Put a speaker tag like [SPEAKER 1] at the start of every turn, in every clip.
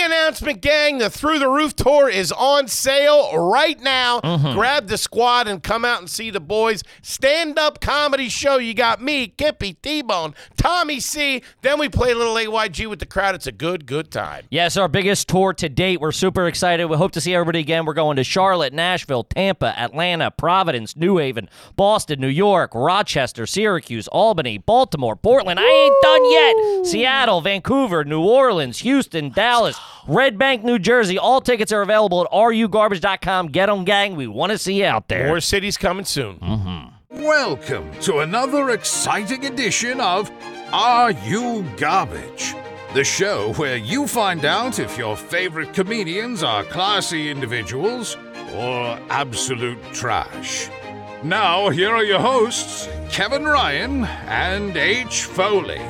[SPEAKER 1] announcement, gang. The Through the Roof tour is on sale right now. Grab the squad and come out and see the boys. Stand up comedy show. You got me, Kippy, T Bone, Tommy C. Then we play a little AYG with the crowd. It's a good, good time.
[SPEAKER 2] Yes, our biggest tour to date. We're super excited. We hope to see everybody again. We're going to Charlotte, Nashville, Tampa, Atlanta, Providence, New Haven, Boston, New York, Rochester, Syracuse, Albany, Baltimore, Portland. I ain't done yet. Seattle, Vancouver, New Orleans, Houston, Dallas, Red Bank, New Jersey. All tickets are available at rugarbage.com. Get 'em, gang. We want to see you out there.
[SPEAKER 1] More cities coming soon.
[SPEAKER 3] Welcome to another exciting edition of Are You Garbage? The show where you find out if your favorite comedians are classy individuals or absolute trash. Now, here are your hosts, Kevin Ryan and H. Foley.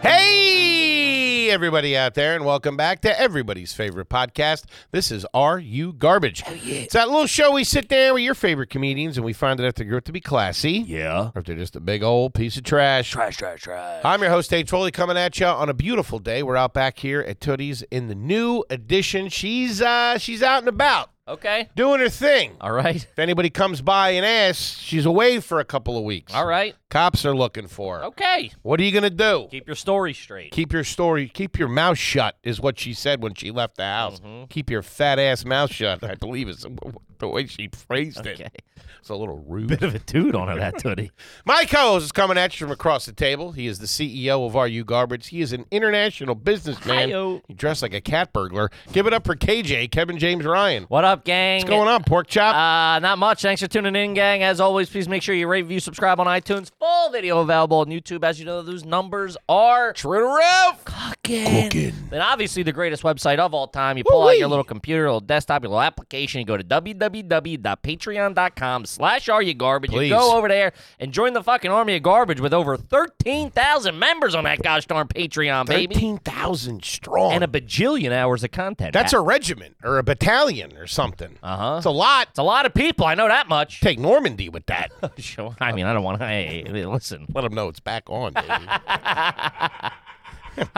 [SPEAKER 1] Hey, everybody out there, and welcome back to everybody's favorite podcast. This is Are You Garbage?
[SPEAKER 2] Oh,
[SPEAKER 1] It's that little show we sit down with your favorite comedians and we find out if they're to be classy
[SPEAKER 2] Yeah.
[SPEAKER 1] or if they're just a big old piece of trash.
[SPEAKER 2] Trash, trash, trash.
[SPEAKER 1] I'm your host, Dave Foley, coming at you on a beautiful day. We're out back here at Tootie's in the new edition. She's uh, she's out and about
[SPEAKER 2] Okay.
[SPEAKER 1] doing her thing.
[SPEAKER 2] All right.
[SPEAKER 1] If anybody comes by and asks, she's away for a couple of weeks.
[SPEAKER 2] All right.
[SPEAKER 1] Cops are looking for her.
[SPEAKER 2] Okay.
[SPEAKER 1] What are you gonna do?
[SPEAKER 2] Keep your story straight.
[SPEAKER 1] Keep your story, keep your mouth shut, is what she said when she left the house.
[SPEAKER 2] Mm-hmm.
[SPEAKER 1] Keep your fat ass mouth shut, I believe is the way she phrased
[SPEAKER 2] Okay.
[SPEAKER 1] it. It's a little rude.
[SPEAKER 2] Bit of a toot on her, that tootie.
[SPEAKER 1] My co host is coming at you from across the table. He is the CEO of RU Garbage. He is an international businessman.
[SPEAKER 2] Hi-yo.
[SPEAKER 1] He dressed like a cat burglar. Give it up for KJ, Kevin James Ryan.
[SPEAKER 2] What up, gang?
[SPEAKER 1] What's going on, pork chop?
[SPEAKER 2] Uh, not much. Thanks for tuning in, gang. As always, please make sure you rate, review, subscribe on iTunes. Full video available on YouTube. As you know, those numbers are
[SPEAKER 1] True to Ralph.
[SPEAKER 2] cooking. And obviously, the greatest website of all time. You pull out
[SPEAKER 1] Woo-wee.
[SPEAKER 2] your little computer, little desktop, your little application. You go to www.patreon.com slash are you garbage.
[SPEAKER 1] Please.
[SPEAKER 2] You go over there and join the fucking army of garbage with over 13,000 members on that gosh darn Patreon, baby.
[SPEAKER 1] 13,000 strong.
[SPEAKER 2] And a bajillion hours of content.
[SPEAKER 1] That's a regiment or a battalion or something.
[SPEAKER 2] Uh-huh.
[SPEAKER 1] It's a lot.
[SPEAKER 2] It's a lot of people. I know that much.
[SPEAKER 1] Take Normandy with that.
[SPEAKER 2] Sure. I mean, I don't want to. Hey, hey, listen,
[SPEAKER 1] Let them know it's back on, baby.
[SPEAKER 2] I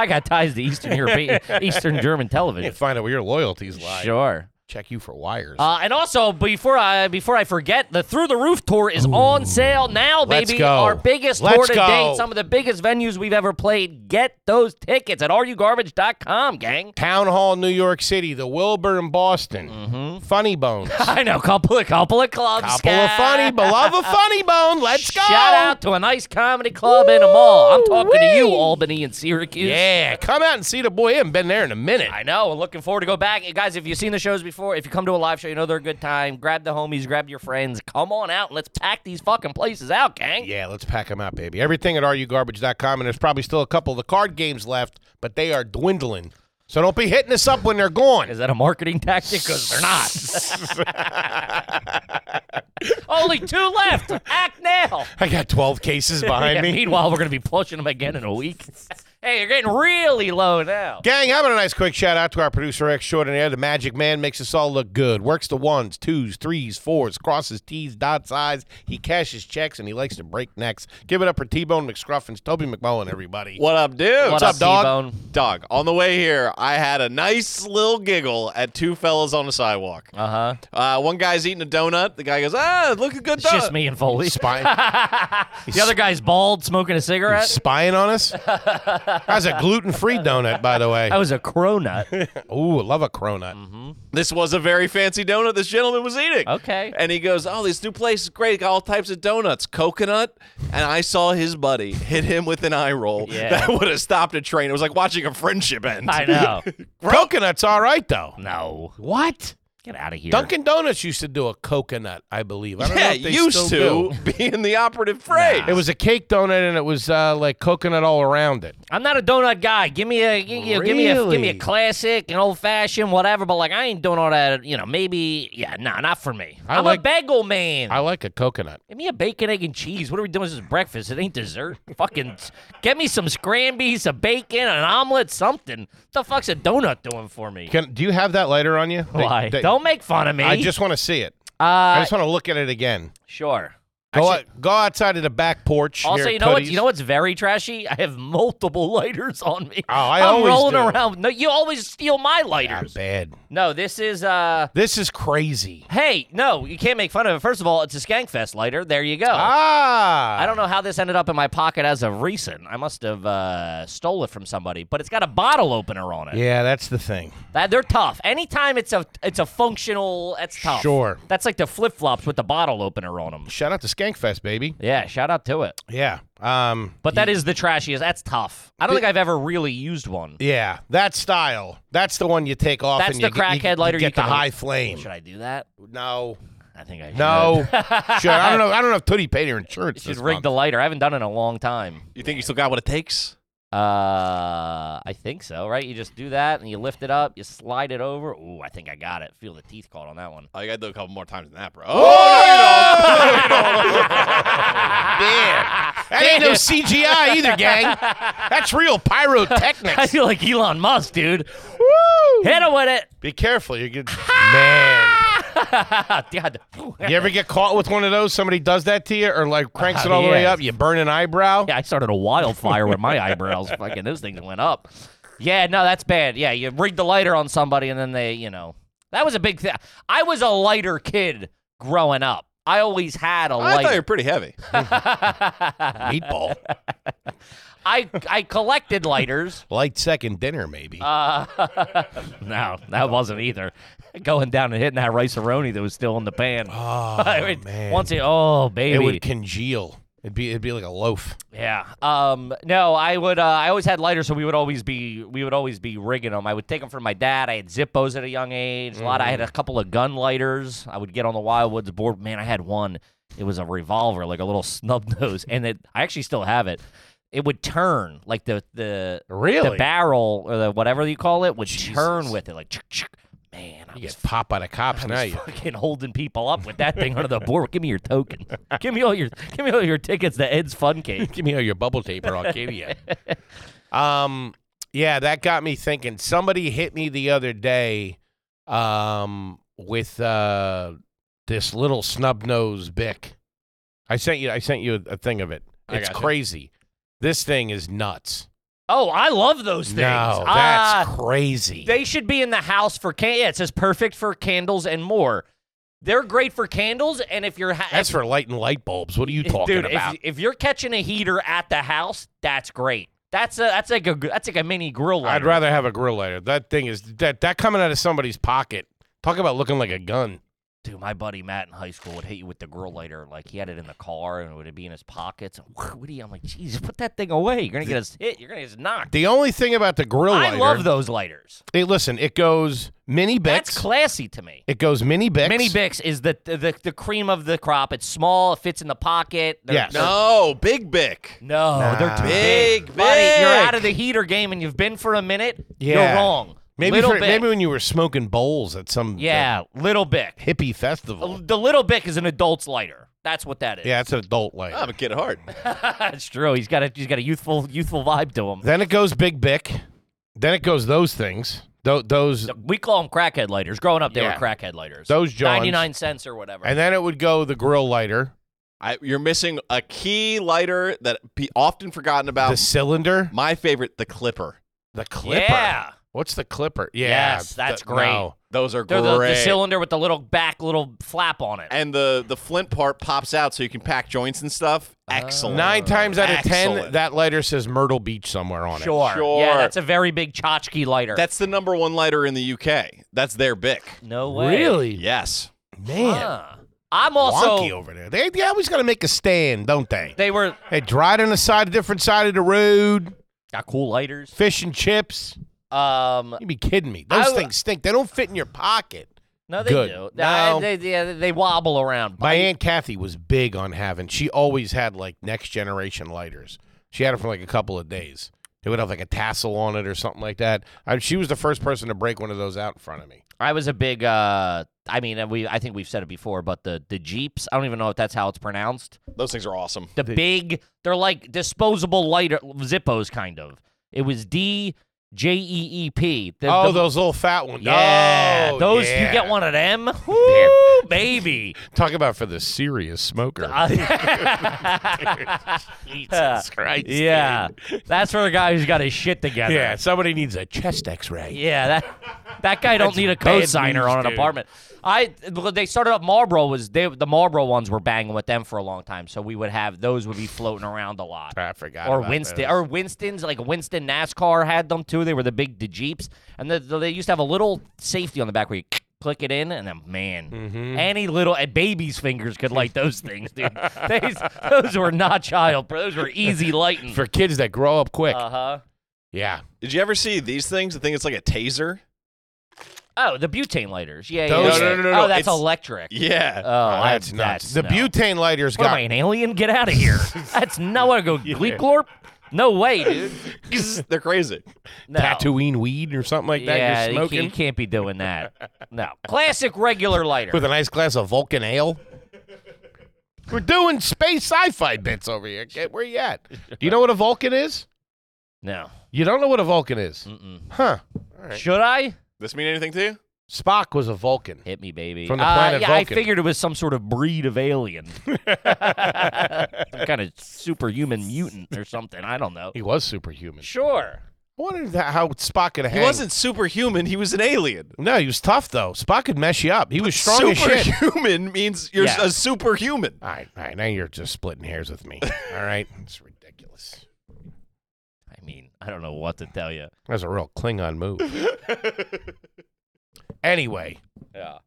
[SPEAKER 2] got ties to Eastern European, Eastern German television.
[SPEAKER 1] find out where your loyalties lie.
[SPEAKER 2] Sure.
[SPEAKER 1] Check you for wires.
[SPEAKER 2] Uh, and also, before I before I forget, the Through the Roof tour is on sale now, baby.
[SPEAKER 1] Let's go.
[SPEAKER 2] Our biggest tour
[SPEAKER 1] Let's
[SPEAKER 2] to
[SPEAKER 1] go.
[SPEAKER 2] date, some of the biggest venues we've ever played. Get those tickets at rugarbage.com, gang.
[SPEAKER 1] Town Hall, New York City, the Wilbur in Boston,
[SPEAKER 2] Mm-hmm.
[SPEAKER 1] Funny Bones,
[SPEAKER 2] I know, couple of couple of clubs.
[SPEAKER 1] couple of
[SPEAKER 2] guys.
[SPEAKER 1] funny, love a funny bone. Let's go!
[SPEAKER 2] Shout out to a nice comedy club in a mall. I'm talking to you, Albany and Syracuse.
[SPEAKER 1] Yeah, come out and see the boy. I haven't been there in a minute.
[SPEAKER 2] I know. and Looking forward to go back. And guys, if you've seen the shows before, if you come to a live show, you know they're a good time. Grab the homies, grab your friends. Come on out. and Let's pack these fucking places out, gang.
[SPEAKER 1] Yeah, let's pack them out, baby. Everything at rugarbage.com, and there's probably still a couple of the card games left, but they are dwindling. So don't be hitting us up when they're gone.
[SPEAKER 2] Is that a marketing tactic? Because they're not. Only two left. Act now.
[SPEAKER 1] I got 12 cases behind
[SPEAKER 2] Yeah,
[SPEAKER 1] me.
[SPEAKER 2] meanwhile, we're going to be pushing them again in a week. hey, you're getting really low now.
[SPEAKER 1] Gang, having a nice quick shout out to our producer extraordinaire, the magic man, makes us all look good. Works the ones, twos, threes, fours, crosses T's, dots I's. He cashes checks and he likes to break necks. Give it up for T Bone McScruffins, Toby McMullen, everybody.
[SPEAKER 4] What up, dude?
[SPEAKER 2] What up,
[SPEAKER 4] dog?
[SPEAKER 2] T-Bone?
[SPEAKER 4] Dog, on the way here, I had a nice little giggle at two fellas on the sidewalk.
[SPEAKER 2] Uh huh.
[SPEAKER 4] Uh, one guy's eating a donut. The guy goes, "Ah, look a good
[SPEAKER 2] It's
[SPEAKER 4] donut."
[SPEAKER 2] just me and Foley.
[SPEAKER 1] Spying,
[SPEAKER 2] The other guy's bald, smoking a cigarette.
[SPEAKER 1] spying on us? That's a gluten free donut, by the way.
[SPEAKER 2] That was a cronut.
[SPEAKER 1] Ooh, I love a cronut.
[SPEAKER 4] Mm-hmm. This was a very fancy donut this gentleman was eating.
[SPEAKER 2] Okay.
[SPEAKER 4] And he goes, "Oh, this new place is great. Got all types of donuts, coconut." And I saw his buddy hit him with an eye roll.
[SPEAKER 2] Yeah.
[SPEAKER 4] That would have stopped a train. It was like watching a friendship end.
[SPEAKER 2] I know.
[SPEAKER 1] Coconut's all right, though.
[SPEAKER 2] No.
[SPEAKER 1] What?
[SPEAKER 2] Get out of here.
[SPEAKER 1] Dunkin' Donuts used to do a coconut, I believe. I don't know
[SPEAKER 4] Yeah,
[SPEAKER 1] if they
[SPEAKER 4] used
[SPEAKER 1] still
[SPEAKER 4] to
[SPEAKER 1] do.
[SPEAKER 4] being the operative phrase.
[SPEAKER 1] It was a cake donut and it was uh, like coconut all around it.
[SPEAKER 2] I'm not a donut guy. Give me a give, you- give me a give me a
[SPEAKER 1] Really?
[SPEAKER 2] classic, an old fashioned, whatever. But like I ain't doing all that. You know, maybe yeah, nah, not for me.
[SPEAKER 1] I
[SPEAKER 2] I'm a
[SPEAKER 1] like-
[SPEAKER 2] bagel man.
[SPEAKER 1] I like a coconut.
[SPEAKER 2] give me a bacon, egg, and cheese. What are we doing? This is breakfast. It ain't dessert. Fucking get me some scrambies, a bacon, an omelet, something. What the fuck's a donut doing for me?
[SPEAKER 1] Can do you have that lighter on you? They-
[SPEAKER 2] Why?
[SPEAKER 1] they-
[SPEAKER 2] Don't make fun of me.
[SPEAKER 1] I just want to see it. I
[SPEAKER 2] uh,
[SPEAKER 1] just want to look at it again.
[SPEAKER 2] sure.
[SPEAKER 1] Go,
[SPEAKER 2] Actually-
[SPEAKER 1] out, go outside of the back porch.
[SPEAKER 2] Also,
[SPEAKER 1] near
[SPEAKER 2] you know what?
[SPEAKER 1] Cody's.
[SPEAKER 2] You know what's very trashy? I have multiple lighters on me.
[SPEAKER 1] Oh, I
[SPEAKER 2] am
[SPEAKER 1] always
[SPEAKER 2] rolling
[SPEAKER 1] do.
[SPEAKER 2] around. No, you always steal my
[SPEAKER 1] Ah,
[SPEAKER 2] lighters.
[SPEAKER 1] bad.
[SPEAKER 2] no, this is uh.
[SPEAKER 1] This is crazy.
[SPEAKER 2] Hey, no, you can't make fun of it. First of all, it's a Skankfest lighter. There you go.
[SPEAKER 1] Ah,
[SPEAKER 2] I don't know how this ended up in my pocket as of recent. I must have uh, stole it from somebody, but it's got a bottle opener on it.
[SPEAKER 1] Yeah, that's the thing.
[SPEAKER 2] That, they're tough. Anytime it's a it's a functional, that's tough.
[SPEAKER 1] Sure.
[SPEAKER 2] That's like the flip flops with the bottle opener on them.
[SPEAKER 1] Shout out to Skankfest, baby.
[SPEAKER 2] Yeah, shout out to it.
[SPEAKER 1] Yeah. Um.
[SPEAKER 2] But that is the trashiest. That's tough. I don't think I've ever really used one.
[SPEAKER 1] Yeah, that style. That's the one you take off.
[SPEAKER 2] That's
[SPEAKER 1] and
[SPEAKER 2] the
[SPEAKER 1] you get- you-
[SPEAKER 2] crackhead lighter
[SPEAKER 1] You get
[SPEAKER 2] you
[SPEAKER 1] the
[SPEAKER 2] can-
[SPEAKER 1] high flame.
[SPEAKER 2] Should I do that?
[SPEAKER 1] No,
[SPEAKER 2] I think I should.
[SPEAKER 1] no. sure. I don't know. I don't know if Tootie paid her insurance.
[SPEAKER 2] Should
[SPEAKER 1] this
[SPEAKER 2] rig
[SPEAKER 1] month.
[SPEAKER 2] the lighter. I haven't done it in a long time.
[SPEAKER 4] You think you still got what it takes?
[SPEAKER 2] Uh, I think so, right? You just do that and you lift it up, you slide it over. Ooh, I think I got it. Feel the teeth caught on that one.
[SPEAKER 4] Oh, you got to do it a couple more times than that, bro. Oh, no, you don't.
[SPEAKER 1] Damn. That ain't no CGI either, gang. That's real
[SPEAKER 2] I
[SPEAKER 1] pyrotechnics.
[SPEAKER 2] feel like Elon Musk, dude.
[SPEAKER 1] Woo!
[SPEAKER 2] Hit him with it.
[SPEAKER 1] Be careful. You're good. Man.
[SPEAKER 2] God.
[SPEAKER 1] You ever get caught with one of those? Somebody does that to you, or like cranks it all the way
[SPEAKER 2] yeah.
[SPEAKER 1] up. You burn an eyebrow.
[SPEAKER 2] Yeah, I started a wildfire with my eyebrows. Fucking those things went up. Yeah, no, that's bad. Yeah, you rigged the lighter on somebody and then they, you know. That was a big thing. I was a lighter kid growing up. I always had a
[SPEAKER 4] I thought you
[SPEAKER 2] lighter.
[SPEAKER 4] were pretty heavy.
[SPEAKER 1] Meatball.
[SPEAKER 2] I I collected lighters.
[SPEAKER 1] Light second dinner, maybe.
[SPEAKER 2] Uh, no, that wasn't either. Going down and hitting that rice aroni that was still in the pan.
[SPEAKER 1] oh
[SPEAKER 2] It-
[SPEAKER 1] man.
[SPEAKER 2] Once it, oh baby,
[SPEAKER 1] it would congeal. It'd be it'd be like a loaf.
[SPEAKER 2] yeah. Um, no, I would. Uh, I always had lighters, so we would always be we would always be rigging them. I would take them from my dad. I had Zippos at a young age. A lot. I
[SPEAKER 1] Mm-hmm.
[SPEAKER 2] had a couple of gun lighters. I would get on the Wildwoods board. Man, I had one. It was a revolver, like a little snub nose, and it, I actually still have it. It would turn like the the
[SPEAKER 1] Really?
[SPEAKER 2] the barrel or the whatever you call it would turn with it like chick, chick. man i
[SPEAKER 1] You
[SPEAKER 2] was
[SPEAKER 1] get popped by the cops now. You.
[SPEAKER 2] fucking holding people up with that thing under the board give me your token give me all your give me all your tickets to ed's fun cake
[SPEAKER 1] Give me all your bubble tape or I'll give you. Um, yeah, that got me thinking. Somebody hit me the other day um, with uh, this little snub nosed bick. I sent you. I sent you a, a thing of it.
[SPEAKER 4] I
[SPEAKER 1] It's
[SPEAKER 4] gotcha.
[SPEAKER 1] crazy. This thing is nuts.
[SPEAKER 2] oh i love those things
[SPEAKER 1] No,
[SPEAKER 2] Ah,
[SPEAKER 1] that's crazy.
[SPEAKER 2] they should be in the house for can yeah, it says perfect for candles and more they're great for candles and if you're ha-
[SPEAKER 1] that's for lighting light bulbs. What are you
[SPEAKER 2] if-
[SPEAKER 1] talking
[SPEAKER 2] dude,
[SPEAKER 1] about?
[SPEAKER 2] If, if you're catching a heater at the house that's great that's a that's like a gr- that's like a mini grill
[SPEAKER 1] I'd
[SPEAKER 2] lighter.
[SPEAKER 1] rather have a grill lighter. That thing is that that coming out of somebody's pocket. Talk about looking like a gun.
[SPEAKER 2] Dude, my buddy Matt in high school would hit you with the grill lighter. Like he had it in the car and it would be in his pockets. And what do you? I'm like, Jesus, put that thing away. You're gonna get us hit. You're gonna get us knocked.
[SPEAKER 1] The only thing about the grill lighter,
[SPEAKER 2] I love those lighters.
[SPEAKER 1] Hey, listen, it goes mini
[SPEAKER 2] That's
[SPEAKER 1] bix.
[SPEAKER 2] classy to me.
[SPEAKER 1] it goes mini bix.
[SPEAKER 2] Mini Bix is the, the the cream of the crop. It's small. It fits in the pocket. They're-
[SPEAKER 1] Yes.
[SPEAKER 2] they're-
[SPEAKER 4] No, Big Bick.
[SPEAKER 2] No,
[SPEAKER 1] Oh,
[SPEAKER 2] they're too Ah. big.
[SPEAKER 4] Big,
[SPEAKER 2] Buddy, you're
[SPEAKER 4] big.
[SPEAKER 2] out of the heater game, and you've been for a minute.
[SPEAKER 1] Yeah.
[SPEAKER 2] You're wrong.
[SPEAKER 1] Maybe
[SPEAKER 2] little
[SPEAKER 1] for,
[SPEAKER 2] Bic.
[SPEAKER 1] maybe when you were smoking bowls at some uh,
[SPEAKER 2] yeah, little Bic.
[SPEAKER 1] hippie festival.
[SPEAKER 2] The little Bic is an adult's lighter. That's what that is.
[SPEAKER 1] yeah, it's an adult lighter.
[SPEAKER 2] Oh.
[SPEAKER 4] I'm a kid at heart.
[SPEAKER 2] That's true. He's got a he's got a youthful youthful vibe to him.
[SPEAKER 1] then it goes big bic. Then it goes those things. Tho- those
[SPEAKER 2] We call them crackhead lighters. Growing up, they
[SPEAKER 1] Yeah.
[SPEAKER 2] were crackhead lighters.
[SPEAKER 1] Those Johns.
[SPEAKER 2] ninety nine cents or whatever.
[SPEAKER 1] and then it would go the grill lighter,
[SPEAKER 4] I, you're missing a key lighter that be often forgotten about.
[SPEAKER 1] the cylinder,
[SPEAKER 4] My favorite, the Clipper.
[SPEAKER 1] the clipper.
[SPEAKER 2] Yeah,
[SPEAKER 1] What's the clipper? Yeah.
[SPEAKER 2] Yes, that's
[SPEAKER 1] th-
[SPEAKER 2] great.
[SPEAKER 1] no.
[SPEAKER 4] Those are
[SPEAKER 2] they're
[SPEAKER 4] great.
[SPEAKER 2] the, the cylinder with the little back little flap on it.
[SPEAKER 4] and the the flint part pops out so you can pack joints and stuff. Excellent.
[SPEAKER 1] Nine times out of ten,
[SPEAKER 4] Excellent.
[SPEAKER 1] that lighter says Myrtle Beach somewhere on it.
[SPEAKER 2] sure.
[SPEAKER 4] Sure.
[SPEAKER 2] Yeah, that's a very big tchotchke lighter.
[SPEAKER 4] That's the number one lighter in the UK. That's their Bic.
[SPEAKER 2] no way.
[SPEAKER 1] Really?
[SPEAKER 4] Yes.
[SPEAKER 1] Man.
[SPEAKER 2] Huh. I'm
[SPEAKER 1] Wonky
[SPEAKER 2] also.
[SPEAKER 1] over there. They, they always got to make a stand, don't they?
[SPEAKER 2] They were
[SPEAKER 1] They dried on the side, different side of the road.
[SPEAKER 2] got ah, cool lighters.
[SPEAKER 1] Fish and chips.
[SPEAKER 2] Um,
[SPEAKER 1] You'd be kidding me. Those
[SPEAKER 2] I-
[SPEAKER 1] things stink. They don't fit in your pocket.
[SPEAKER 2] no, they
[SPEAKER 1] Good.
[SPEAKER 2] do.
[SPEAKER 1] No.
[SPEAKER 2] They, they, yeah, they wobble around.
[SPEAKER 1] My aunt Kathy was big on having. She always had like next generation lighters. She had it for like a couple of days. It would have like a tassel on it or something like that. I, she was the first person to break one of those out in front of me.
[SPEAKER 2] I was a big. Uh, I mean, and we. I think we've said it before, but the the jeeps. I don't even know if that's how it's pronounced.
[SPEAKER 4] Those things are awesome.
[SPEAKER 2] The big, they're like disposable lighter Zippos, kind of. It was D J E E P. The-
[SPEAKER 1] oh,
[SPEAKER 2] the-
[SPEAKER 1] those little fat ones.
[SPEAKER 2] yeah,
[SPEAKER 1] Oh,
[SPEAKER 2] those
[SPEAKER 1] yeah.
[SPEAKER 2] you get one of them. Woo, baby.
[SPEAKER 1] Talk about for the serious smoker. Jesus Christ.
[SPEAKER 2] yeah, that's for the guy who's got his shit together.
[SPEAKER 1] Yeah, somebody needs a chest X-ray.
[SPEAKER 2] Yeah, that that guy don't need a
[SPEAKER 1] bad
[SPEAKER 2] co-signer
[SPEAKER 1] news,
[SPEAKER 2] on an
[SPEAKER 1] dude.
[SPEAKER 2] apartment. I well, they started up Marlboro was they the Marlboro ones were banging with them for a long time, so we would have those would be floating around a lot.
[SPEAKER 1] I forgot.
[SPEAKER 2] Or
[SPEAKER 1] about
[SPEAKER 2] Winston,
[SPEAKER 1] those.
[SPEAKER 2] or Winston's, like Winston NASCAR had them too. They were the big the Jeeps, and the, the- they used to have a little safety on the back where you click it in, and then man,
[SPEAKER 1] Mm-hmm.
[SPEAKER 2] any little a baby's fingers could light those things, dude. These those were not child, pro- those were easy lighting.
[SPEAKER 1] for kids that grow up quick.
[SPEAKER 2] Uh huh.
[SPEAKER 1] yeah,
[SPEAKER 4] Did you ever see these things? I think it's like a taser.
[SPEAKER 2] Oh, the butane lighters. Yeah,
[SPEAKER 1] Those-
[SPEAKER 2] yeah. yeah.
[SPEAKER 1] No, no, no, no,
[SPEAKER 2] Oh, that's
[SPEAKER 4] it's-
[SPEAKER 2] electric.
[SPEAKER 4] Yeah.
[SPEAKER 2] Oh,
[SPEAKER 1] Oh,
[SPEAKER 2] I-
[SPEAKER 1] that's nuts. the
[SPEAKER 2] no.
[SPEAKER 1] butane lighters
[SPEAKER 2] What am
[SPEAKER 1] got.
[SPEAKER 2] I, an alien? Get out of here. that's no way to go. Gleeklorp? No way, dude.
[SPEAKER 4] They're crazy.
[SPEAKER 2] No.
[SPEAKER 1] Tatooine weed or something like that
[SPEAKER 2] yeah,
[SPEAKER 1] you're
[SPEAKER 2] you can't,
[SPEAKER 1] smoking
[SPEAKER 2] you can't be doing that. No. Classic regular lighter.
[SPEAKER 1] with a nice glass of Vulcan ale. We're doing space sci-fi bits over here. Kid. Where you at? Do you know what a Vulcan is?
[SPEAKER 2] no.
[SPEAKER 1] You don't know what a Vulcan is,
[SPEAKER 2] Mm-mm.
[SPEAKER 1] huh?
[SPEAKER 2] Should I?
[SPEAKER 4] This mean anything to you?
[SPEAKER 1] Spock was a Vulcan.
[SPEAKER 2] Hit me, baby.
[SPEAKER 1] From the
[SPEAKER 2] Uh,
[SPEAKER 1] planet
[SPEAKER 2] yeah,
[SPEAKER 1] Vulcan.
[SPEAKER 2] I figured it was some sort of breed of alien. some kind of superhuman mutant or something. I don't know.
[SPEAKER 1] He was superhuman.
[SPEAKER 2] Sure.
[SPEAKER 1] I wonder that- how Spock could hang.
[SPEAKER 4] He wasn't superhuman. He was an alien.
[SPEAKER 1] No, he was tough though. Spock could mess you up. He was strong as shit.
[SPEAKER 4] Superhuman means you're
[SPEAKER 2] Yeah.
[SPEAKER 4] a superhuman.
[SPEAKER 1] All right, all right. Now you're just splitting hairs with me. All right, it's ridiculous.
[SPEAKER 2] I mean, I don't know what to tell you.
[SPEAKER 1] That was a real Klingon move. anyway,
[SPEAKER 2] Yeah.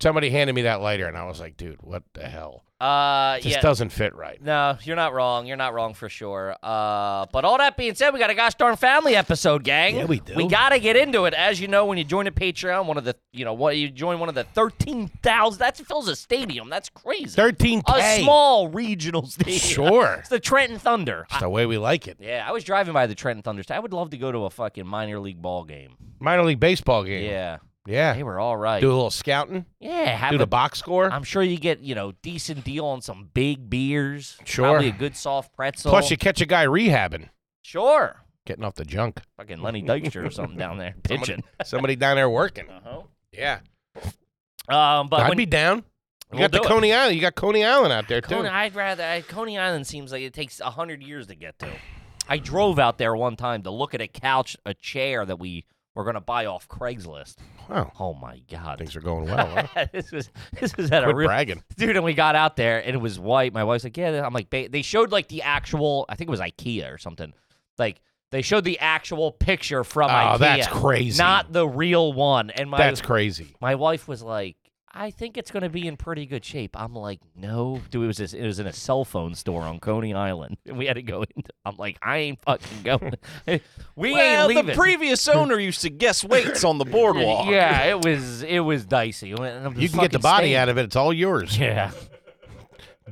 [SPEAKER 1] somebody handed me that lighter, and I was like, "Dude, what the hell?
[SPEAKER 2] Uh,
[SPEAKER 1] This
[SPEAKER 2] yeah.
[SPEAKER 1] doesn't fit right."
[SPEAKER 2] No, you're not wrong. You're not wrong for sure. Uh, but all that being said, we got a gosh darn family episode, gang.
[SPEAKER 1] Yeah, we do.
[SPEAKER 2] We gotta get into it. As you know, when you join a Patreon, one of the you know what you join one of the thirteen thousand. That fills a stadium. That's crazy.
[SPEAKER 1] Thirteen
[SPEAKER 2] a
[SPEAKER 1] K.
[SPEAKER 2] small regional stadium.
[SPEAKER 1] Sure,
[SPEAKER 2] It's the Trenton Thunder.
[SPEAKER 1] it's the way we like it.
[SPEAKER 2] yeah, I was driving by the Trenton Thunder. I would love to go to a fucking minor league ball game.
[SPEAKER 1] Minor league baseball game.
[SPEAKER 2] Yeah,
[SPEAKER 1] Yeah.
[SPEAKER 2] they were all right.
[SPEAKER 1] Do a little scouting.
[SPEAKER 2] yeah, have
[SPEAKER 1] Do
[SPEAKER 2] a
[SPEAKER 1] the box score.
[SPEAKER 2] I'm sure you get you know decent deal on some big beers.
[SPEAKER 1] Sure.
[SPEAKER 2] probably a good soft pretzel.
[SPEAKER 1] Plus, you catch a guy rehabbing,
[SPEAKER 2] sure.
[SPEAKER 1] getting off the junk.
[SPEAKER 2] fucking Lenny Dykstra or something down there pitching.
[SPEAKER 1] Somebody down there working.
[SPEAKER 2] Uh-huh.
[SPEAKER 1] Yeah,
[SPEAKER 2] Um, but
[SPEAKER 1] I'd
[SPEAKER 2] when
[SPEAKER 1] be down. You
[SPEAKER 2] We'll
[SPEAKER 1] got the
[SPEAKER 2] do it.
[SPEAKER 1] Coney Island. You got Coney Island out there too.
[SPEAKER 2] Coney, I'd rather I, Coney Island seems like it takes hundred years to get to. I drove out there one time to look at a couch, a chair that we were gonna buy off Craigslist.
[SPEAKER 1] Wow,
[SPEAKER 2] Oh my god.
[SPEAKER 1] things are going well. Huh?
[SPEAKER 2] this was this was at a
[SPEAKER 1] Quit
[SPEAKER 2] real
[SPEAKER 1] bragging.
[SPEAKER 2] dude, and we got out there and it was white. My wife's like, yeah. I'm like, ba-. they showed like the actual. I think it was IKEA or something. Like they showed the actual picture from IKEA.
[SPEAKER 1] Oh, that's crazy.
[SPEAKER 2] Not the real one. And my
[SPEAKER 1] That's crazy.
[SPEAKER 2] my wife was like, I think it's going to be in pretty good shape. I'm like, no, dude, it was this, it was in a cell phone store on Coney Island, and we had to go in. I'm like, I ain't fucking going. we
[SPEAKER 4] well,
[SPEAKER 2] ain't leaving.
[SPEAKER 4] the previous owner used to guess weights on the boardwalk.
[SPEAKER 2] yeah, it was it was dicey. You can
[SPEAKER 1] You can get the body out of it. It's all yours.
[SPEAKER 2] Yeah,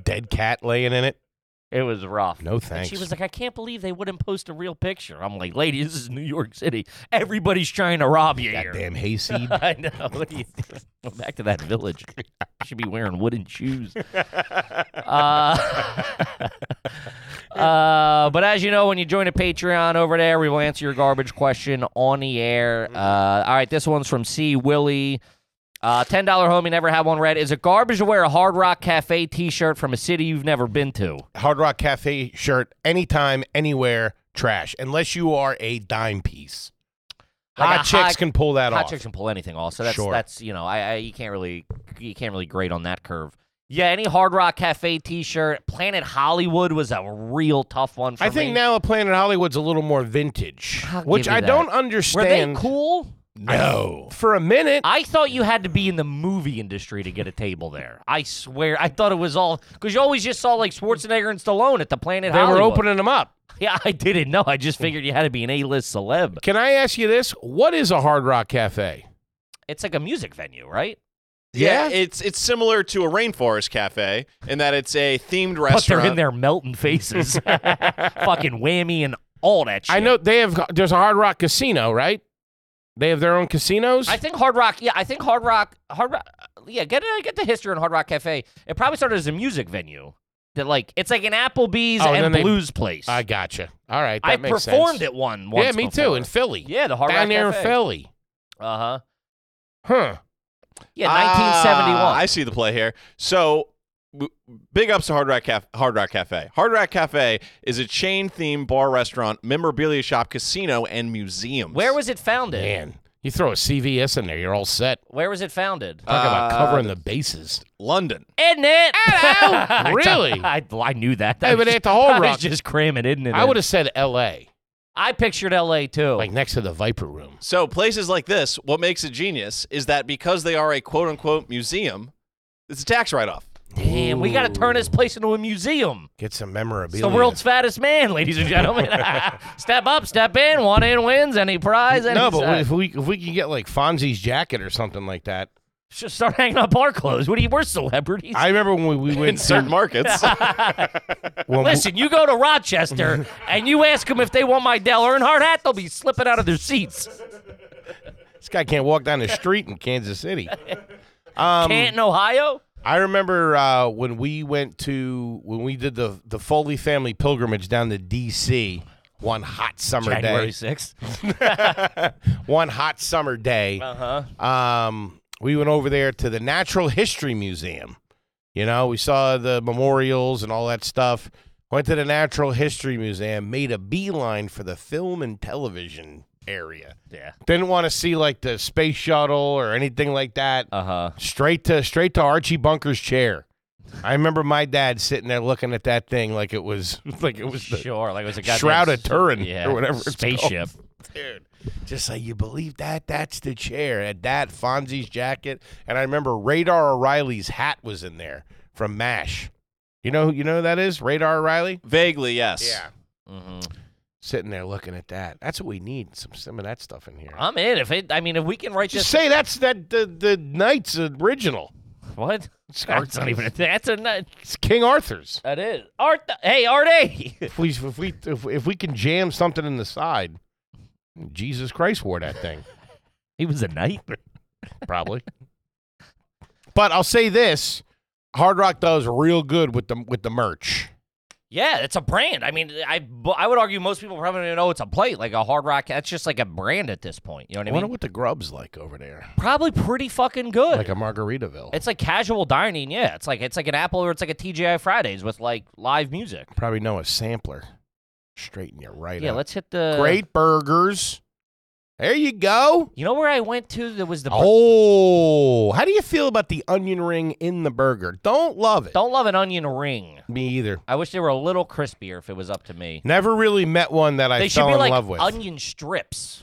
[SPEAKER 1] Dead cat laying in it.
[SPEAKER 2] it was rough.
[SPEAKER 1] No
[SPEAKER 2] And
[SPEAKER 1] thanks.
[SPEAKER 2] she was like, I can't believe they wouldn't post a real picture. I'm like, lady, this is New York City. Everybody's trying to rob you here.
[SPEAKER 1] Goddamn hayseed.
[SPEAKER 2] I know. What do you Go back to that village. Should be wearing wooden shoes. Uh, uh, but as you know, when you join a Patreon over there, we will answer your garbage question on the air. Uh, all right, this one's from C. Willie. Uh, $10 homie, never had one read. Is it garbage to wear a Hard Rock Cafe t shirt from a city you've never been to?
[SPEAKER 1] Hard Rock Cafe shirt anytime, anywhere, trash. Unless you are a dime piece.
[SPEAKER 2] Like
[SPEAKER 1] hot
[SPEAKER 2] a
[SPEAKER 1] chicks
[SPEAKER 2] hot-
[SPEAKER 1] can pull that
[SPEAKER 2] Hot
[SPEAKER 1] off.
[SPEAKER 2] chicks can pull anything off, so that's
[SPEAKER 1] Sure.
[SPEAKER 2] that's you know, I, I you can't really you can't really grade on that curve. Yeah, any Hard Rock Cafe T-shirt. Planet Hollywood was a real tough one for
[SPEAKER 1] I think
[SPEAKER 2] me.
[SPEAKER 1] now a Planet Hollywood's a little more vintage,
[SPEAKER 2] I'll
[SPEAKER 1] which
[SPEAKER 2] give you
[SPEAKER 1] I
[SPEAKER 2] that.
[SPEAKER 1] don't
[SPEAKER 2] were they
[SPEAKER 1] understand.
[SPEAKER 2] cool?
[SPEAKER 1] No, for a minute.
[SPEAKER 2] I thought you had to be in the movie industry to get a table there. I swear, I thought it was all because you always just saw like Schwarzenegger and Stallone at the Planet
[SPEAKER 1] they
[SPEAKER 2] Hollywood.
[SPEAKER 1] were opening them up.
[SPEAKER 2] Yeah, I didn't know. I just figured you had to be an A-list celeb.
[SPEAKER 1] Can I ask you this? What is a Hard Rock Cafe?
[SPEAKER 2] It's like a music venue, right?
[SPEAKER 4] Yeah,
[SPEAKER 1] Yeah?
[SPEAKER 4] it's it's similar to a rainforest cafe in that it's a themed
[SPEAKER 2] But they're
[SPEAKER 4] restaurant.
[SPEAKER 2] in there melting faces, fucking whammy and all that. shit.
[SPEAKER 1] I know they have. There's a Hard Rock Casino, right? They have their own casinos.
[SPEAKER 2] I think Hard Rock. Yeah, I think Hard Rock. Hard Rock. Yeah, get uh, get the history on Hard Rock Cafe. It probably started as a music venue, that like it's like an Applebee's
[SPEAKER 1] Oh, and
[SPEAKER 2] and
[SPEAKER 1] then they-
[SPEAKER 2] Blues place.
[SPEAKER 1] I gotcha. All right, that
[SPEAKER 2] I
[SPEAKER 1] makes
[SPEAKER 2] performed
[SPEAKER 1] sense.
[SPEAKER 2] at one once.
[SPEAKER 1] Yeah, me too
[SPEAKER 2] before.
[SPEAKER 1] in Philly.
[SPEAKER 2] yeah, the Hard
[SPEAKER 1] down
[SPEAKER 2] Rock
[SPEAKER 1] there
[SPEAKER 2] Cafe.
[SPEAKER 1] in Philly.
[SPEAKER 2] Uh huh.
[SPEAKER 1] Huh?
[SPEAKER 2] Yeah,
[SPEAKER 4] Ah,
[SPEAKER 2] 1971.
[SPEAKER 4] I see the play here. So, w- big ups to Hard Rock, Caf- Hard Rock Cafe. Hard Rock Cafe is a chain themed bar restaurant, memorabilia shop, casino, and museum.
[SPEAKER 2] Where was it founded?
[SPEAKER 1] Man, you throw a CVS in there, you're all set.
[SPEAKER 2] Where was it founded?
[SPEAKER 1] Talk about
[SPEAKER 4] Uh,
[SPEAKER 1] covering the bases.
[SPEAKER 4] London?
[SPEAKER 2] Isn't it? I-
[SPEAKER 1] Really?
[SPEAKER 2] I, I knew that.
[SPEAKER 1] Hey,
[SPEAKER 2] I was
[SPEAKER 1] but at
[SPEAKER 2] just-
[SPEAKER 1] the Hard
[SPEAKER 2] I was
[SPEAKER 1] Rock-
[SPEAKER 2] just cramming, isn't it? Oh.
[SPEAKER 1] I would have said L.A.,
[SPEAKER 2] I pictured L.A. too.
[SPEAKER 1] like next to the Viper Room.
[SPEAKER 4] So, places like this, what makes it genius is that because they are a quote unquote museum, it's a tax write off.
[SPEAKER 2] Damn, we got to turn this place into a museum.
[SPEAKER 1] Get some
[SPEAKER 2] It's
[SPEAKER 1] memorabilia.
[SPEAKER 2] the world's fattest man, ladies and gentlemen. step up, step in. One in wins any prize. Any
[SPEAKER 1] no, but
[SPEAKER 2] size.
[SPEAKER 1] if we if we can get like Fonzie's jacket or something like that.
[SPEAKER 2] Should start hanging up our clothes. What are you? We're celebrities.
[SPEAKER 1] I remember when we, we
[SPEAKER 4] In
[SPEAKER 1] went
[SPEAKER 4] certain
[SPEAKER 1] to,
[SPEAKER 4] markets,
[SPEAKER 1] when we-
[SPEAKER 2] Listen, you go to Rochester and you ask them if they want my Dell Earnhardt hat, they'll be slipping out of their seats.
[SPEAKER 1] this guy can't walk down the street in Kansas City. Um,
[SPEAKER 2] Canton, Ohio.
[SPEAKER 1] I remember uh, when we went to when we did the the Foley family pilgrimage down to D.C. one hot summer
[SPEAKER 2] January
[SPEAKER 1] day.
[SPEAKER 2] sixth.
[SPEAKER 1] One hot summer day.
[SPEAKER 2] Uh huh.
[SPEAKER 1] um, we went over there to the Natural History Museum. You know, we saw the memorials and all that stuff. Went to the Natural History Museum, made a beeline for the film and television area.
[SPEAKER 2] Yeah.
[SPEAKER 1] Didn't want to see like the space shuttle or anything like that.
[SPEAKER 2] Uh huh.
[SPEAKER 1] straight to straight to Archie Bunker's chair. I remember my dad sitting there looking at that thing like it was like it was the
[SPEAKER 2] Sure. Like it was a goddamn
[SPEAKER 1] Shroud of
[SPEAKER 2] s-
[SPEAKER 1] Turin
[SPEAKER 2] yeah,
[SPEAKER 1] or whatever it's called.
[SPEAKER 2] Spaceship.
[SPEAKER 1] dude. Just like you believe that, that's the chair. At that, Fonzie's jacket, and I remember Radar O'Reilly's hat was in there from Mash. You know, you know who that is Radar O'Reilly.
[SPEAKER 4] vaguely, yes.
[SPEAKER 2] hmm
[SPEAKER 1] sitting there looking at that. That's what we need. Some some of that stuff in here.
[SPEAKER 2] I'm in. If it, I mean, if we can write
[SPEAKER 1] Just
[SPEAKER 2] this,
[SPEAKER 1] say that's that the the knight's original.
[SPEAKER 2] what? That's not even. A, that's a. nut-
[SPEAKER 1] It's King Arthur's.
[SPEAKER 2] That is Art. Hey, Art A.
[SPEAKER 1] If we if we if, if we can jam something in the side, Jesus Christ wore that thing.
[SPEAKER 2] he was a knight.
[SPEAKER 1] probably. but I'll say this: Hard Rock does real good with the with the merch.
[SPEAKER 2] Yeah, it's a brand. I mean, I bu- I would argue most people probably don't know it's a plate like a Hard Rock. That's just like a brand at this point. You know what
[SPEAKER 1] I
[SPEAKER 2] I mean?
[SPEAKER 1] wonder what the grub's like over there,
[SPEAKER 2] probably pretty fucking good.
[SPEAKER 1] like a Margaritaville.
[SPEAKER 2] it's like casual dining. Yeah, it's like it's like an Apple or it's like a TGI Fridays with like live music.
[SPEAKER 1] Probably know a sampler. Straighten you right
[SPEAKER 2] Yeah,
[SPEAKER 1] up.
[SPEAKER 2] let's uh, hit the
[SPEAKER 1] Great burgers. There you go.
[SPEAKER 2] You know where I went to? That was the. bur-
[SPEAKER 1] Oh, how do you feel about the onion ring in the burger? Don't love it.
[SPEAKER 2] Don't love an onion ring.
[SPEAKER 1] Me either.
[SPEAKER 2] I wish they were a little crispier. If it was up to me,
[SPEAKER 1] Never really met one that I
[SPEAKER 2] they should
[SPEAKER 1] fell
[SPEAKER 2] be
[SPEAKER 1] in
[SPEAKER 2] like
[SPEAKER 1] love with.
[SPEAKER 2] onion strips.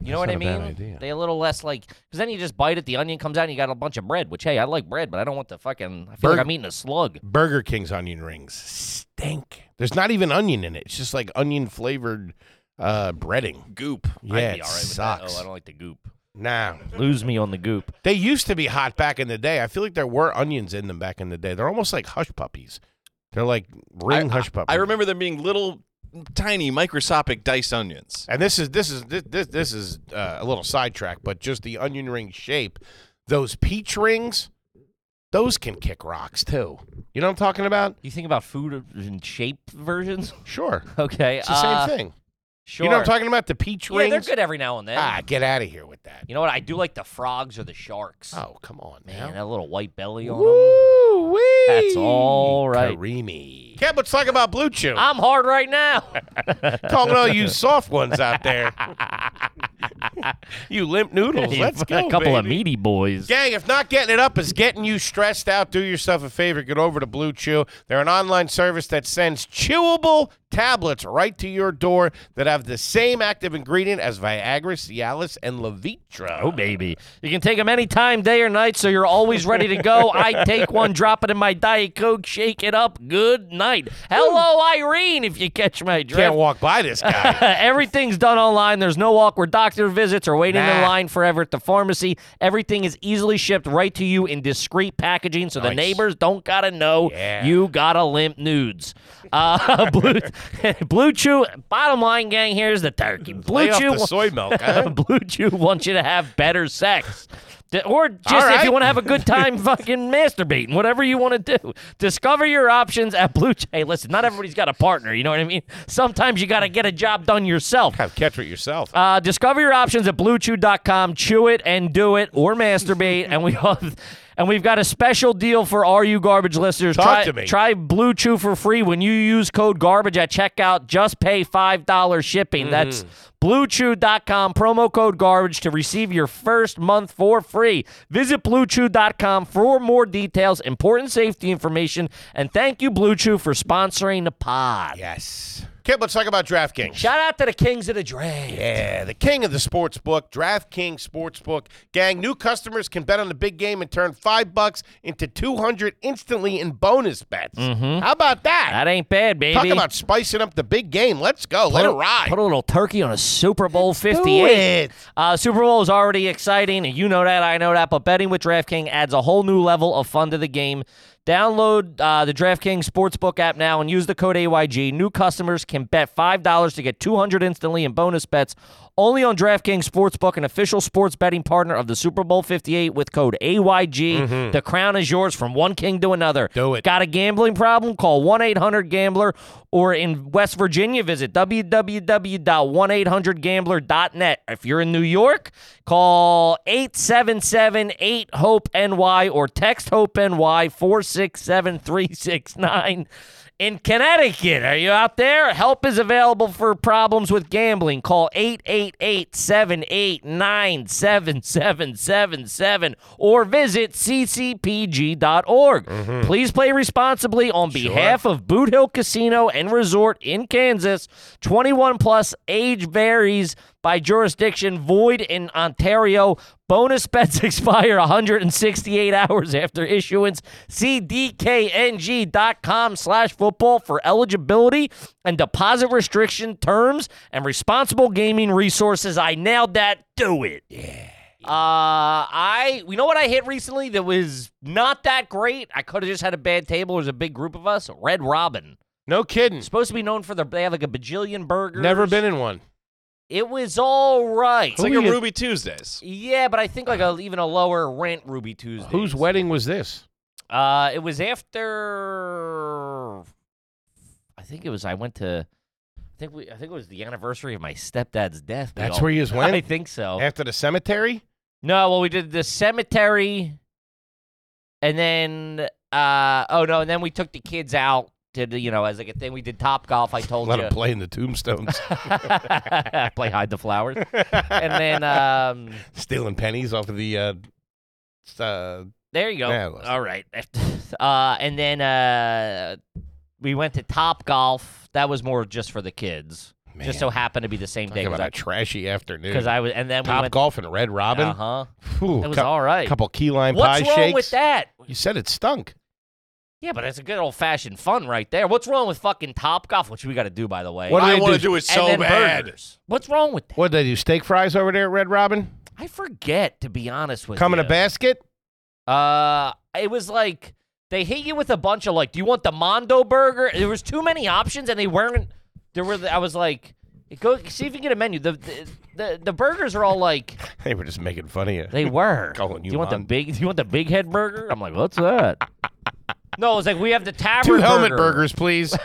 [SPEAKER 2] You know
[SPEAKER 1] That's
[SPEAKER 2] what
[SPEAKER 1] not
[SPEAKER 2] I
[SPEAKER 1] a
[SPEAKER 2] mean?
[SPEAKER 1] bad idea.
[SPEAKER 2] They a little less like because then you just bite it, the onion comes out, and you got a bunch of bread. Which hey, I like bread, but I don't want the fucking. I feel
[SPEAKER 1] Burger-
[SPEAKER 2] like I'm eating a slug.
[SPEAKER 1] Burger King's onion rings stink. There's not even onion in it. It's just like onion flavored uh, breading.
[SPEAKER 4] Goop.
[SPEAKER 1] Yeah,
[SPEAKER 2] I'd be
[SPEAKER 1] it
[SPEAKER 2] all right with
[SPEAKER 1] sucks.
[SPEAKER 2] that. Oh, I don't like the goop.
[SPEAKER 1] Nah,
[SPEAKER 2] Lose me on the goop.
[SPEAKER 1] they used to be hot back in the day. I feel like there were onions in them back in the day. They're almost like hush puppies. They're like ring hush puppies.
[SPEAKER 4] I remember them being little, tiny, microscopic diced onions.
[SPEAKER 1] And this is this is this this, this is uh, a little sidetrack, but just the onion ring shape, those peach rings, those can kick rocks too. You know what I'm talking about?
[SPEAKER 2] You think about food and shape versions?
[SPEAKER 1] Sure,
[SPEAKER 2] Okay,
[SPEAKER 1] it's the
[SPEAKER 2] uh,
[SPEAKER 1] same thing.
[SPEAKER 2] Sure.
[SPEAKER 1] You know what I'm talking about? The peach
[SPEAKER 2] Yeah,
[SPEAKER 1] rings.
[SPEAKER 2] they're good every now and then.
[SPEAKER 1] Ah, get out of here with that.
[SPEAKER 2] You know what? I do like the frogs or the sharks.
[SPEAKER 1] Oh, come on,
[SPEAKER 2] Man,
[SPEAKER 1] man.
[SPEAKER 2] that little white belly on them.
[SPEAKER 1] Woo wee.
[SPEAKER 2] That's all right.
[SPEAKER 1] Creamy. Kev, let's talk about Blue Chew.
[SPEAKER 2] I'm hard right now.
[SPEAKER 1] Talking to all you soft ones out there. you limp noodles. Let's go,
[SPEAKER 2] a couple of
[SPEAKER 1] baby.
[SPEAKER 2] meaty boys.
[SPEAKER 1] Gang, if not getting it up is getting you stressed out, do yourself a favor. Get over to Blue Chew. They're an online service that sends chewable tablets right to your door that have the same active ingredient as Viagra, Cialis, and Levitra.
[SPEAKER 2] Oh, baby. You can take them anytime, day or night, so you're always ready to go. I take one, drop it in my Diet Coke, shake it up. Good night. Hello, Irene, if you catch my drift.
[SPEAKER 1] Can't walk by this guy.
[SPEAKER 2] Everything's done online. There's no awkward doctor visits or waiting in
[SPEAKER 1] Nah.
[SPEAKER 2] line forever at the pharmacy. Everything is easily shipped right to you in discreet packaging, so the
[SPEAKER 1] Nice.
[SPEAKER 2] neighbors don't gotta know
[SPEAKER 1] Yeah.
[SPEAKER 2] you gotta limp nudes. Uh, Blue, Blue Chew. Bottom line, gang, here's the turkey. Blue
[SPEAKER 1] Lay off
[SPEAKER 2] Chew.
[SPEAKER 1] the soy milk. huh?
[SPEAKER 2] Blue Chew wants you to have better sex. D- Or just if
[SPEAKER 1] right.
[SPEAKER 2] you want to have a good time fucking masturbating, whatever you want to do. Discover your options at Blue Chew. Hey, listen, not everybody's got a partner, you know what I mean? Sometimes you got to get a job done yourself.
[SPEAKER 1] Have catch it yourself.
[SPEAKER 2] Uh, discover your options at bluechew.com. Chew it and do it or masturbate. and we and we've got a special deal for RU garbage listeners.
[SPEAKER 1] Talk
[SPEAKER 2] try,
[SPEAKER 1] to me.
[SPEAKER 2] try Blue Chew for free when you use code garbage at checkout. Just pay $5 shipping. That's
[SPEAKER 1] Mm.
[SPEAKER 2] bluechew.com promo code garbage to receive your first month for free. Visit bluechew.com for more details, important safety information, and thank you Blue Chew for sponsoring the pod.
[SPEAKER 1] yes. Kip, let's talk about DraftKings.
[SPEAKER 2] Shout out to the Kings of the Drain.
[SPEAKER 1] Yeah, the king of the sports book, DraftKings Sportsbook. Gang, new customers can bet on the big game and turn five bucks into 200 instantly in bonus bets. How about that?
[SPEAKER 2] That ain't bad, baby.
[SPEAKER 1] Talk about spicing up the big game. Let's go. Let it ride.
[SPEAKER 2] Put a little turkey on a Super Bowl 58.
[SPEAKER 1] it.
[SPEAKER 2] Uh, Super Bowl is already exciting, and you know that, I know that, but betting with DraftKings adds a whole new level of fun to the game. Download uh, the DraftKings Sportsbook app now and use the code AYG. New customers can bet $5 to get 200 instantly in bonus bets only on DraftKings Sportsbook, an official sports betting partner of the Super Bowl 58 with code AYG. The crown is yours from one king to another.
[SPEAKER 1] Mm-hmm. Do it.
[SPEAKER 2] Got a gambling problem? Call 1 800 Gambler or in West Virginia, visit www.1800Gambler.net. If you're in New York, call 877 8 HOPE NY or text HOPE NY 467 369. In Connecticut, are you out there? Help is available for problems with gambling. Call 888 789 7777 or visit ccpg.org. Please play responsibly on behalf of Boot Hill Casino and Resort in Kansas. 21 plus age varies by jurisdiction, void in Ontario. Bonus bets expire 168 hours after issuance. See DKNG.com slash football for eligibility and deposit restriction terms and responsible gaming resources. I nailed that. Do it. Uh, I you know what I hit recently that was not that great. I could have just had a bad table. There's a big group of us. Red Robin,
[SPEAKER 1] No kidding.
[SPEAKER 2] supposed to be known for their they have like a bajillion burgers.
[SPEAKER 1] Never been in one.
[SPEAKER 2] It was all right.
[SPEAKER 4] It's like a Ruby Tuesdays.
[SPEAKER 2] Yeah, but I think like a even a lower rent Ruby Tuesday.
[SPEAKER 1] Whose wedding was this?
[SPEAKER 2] Uh, it was after. I think it was. I went to. I think we. I think it was the anniversary of my stepdad's death. we
[SPEAKER 1] That's
[SPEAKER 2] all-
[SPEAKER 1] where you just
[SPEAKER 2] I
[SPEAKER 1] went?
[SPEAKER 2] think so.
[SPEAKER 1] After the cemetery?
[SPEAKER 2] No, well, we did the cemetery, and then uh oh no, and then we took the kids out to the, you know as like a thing. We did top golf. I told
[SPEAKER 1] Let
[SPEAKER 2] you
[SPEAKER 1] him play in the tombstones,
[SPEAKER 2] play hide the flowers, and then um
[SPEAKER 1] stealing pennies off of the. Uh, s- uh,
[SPEAKER 2] there you go.
[SPEAKER 1] Yeah, it was.
[SPEAKER 2] All right, uh, and then uh we went to top golf. That was more just for the kids.
[SPEAKER 1] man,
[SPEAKER 2] Just so happened to be the same
[SPEAKER 1] talk
[SPEAKER 2] day
[SPEAKER 1] about a
[SPEAKER 2] because
[SPEAKER 1] trashy afternoon.
[SPEAKER 2] I, was, and then
[SPEAKER 1] Top
[SPEAKER 2] we went.
[SPEAKER 1] Golf and Red Robin.
[SPEAKER 2] Uh huh.
[SPEAKER 1] Whew,
[SPEAKER 2] It was
[SPEAKER 1] cou-
[SPEAKER 2] all right.
[SPEAKER 1] Couple key lime
[SPEAKER 2] What's
[SPEAKER 1] pie
[SPEAKER 2] wrong
[SPEAKER 1] shakes.
[SPEAKER 2] with that?
[SPEAKER 1] You said it stunk.
[SPEAKER 2] Yeah, but it's a good old fashioned fun right there. What's wrong with fucking Top Golf, which we got to do by the way?
[SPEAKER 1] What do
[SPEAKER 4] I
[SPEAKER 1] they
[SPEAKER 4] want to
[SPEAKER 1] do?
[SPEAKER 4] do it
[SPEAKER 2] and
[SPEAKER 4] so
[SPEAKER 2] then
[SPEAKER 4] bad.
[SPEAKER 2] burgers. What's wrong with that?
[SPEAKER 1] What did they do? Steak fries over there at Red Robin?
[SPEAKER 2] I forget to be honest with
[SPEAKER 1] Come
[SPEAKER 2] you.
[SPEAKER 1] in a basket?
[SPEAKER 2] Uh, it was like they hit you with a bunch of like, do you want the Mondo burger? There was too many options, and they weren't. There were. I was like, go see if you can get a menu. The the the, the burgers are all like
[SPEAKER 1] They were just making fun of you.
[SPEAKER 2] they were.
[SPEAKER 1] Calling
[SPEAKER 2] do
[SPEAKER 1] you
[SPEAKER 2] you want the
[SPEAKER 1] Mon-
[SPEAKER 2] big? Do you want the big head burger? I'm like, what's that? No, it's like we have the tavern
[SPEAKER 1] Two helmet
[SPEAKER 2] burger.
[SPEAKER 1] burgers, please.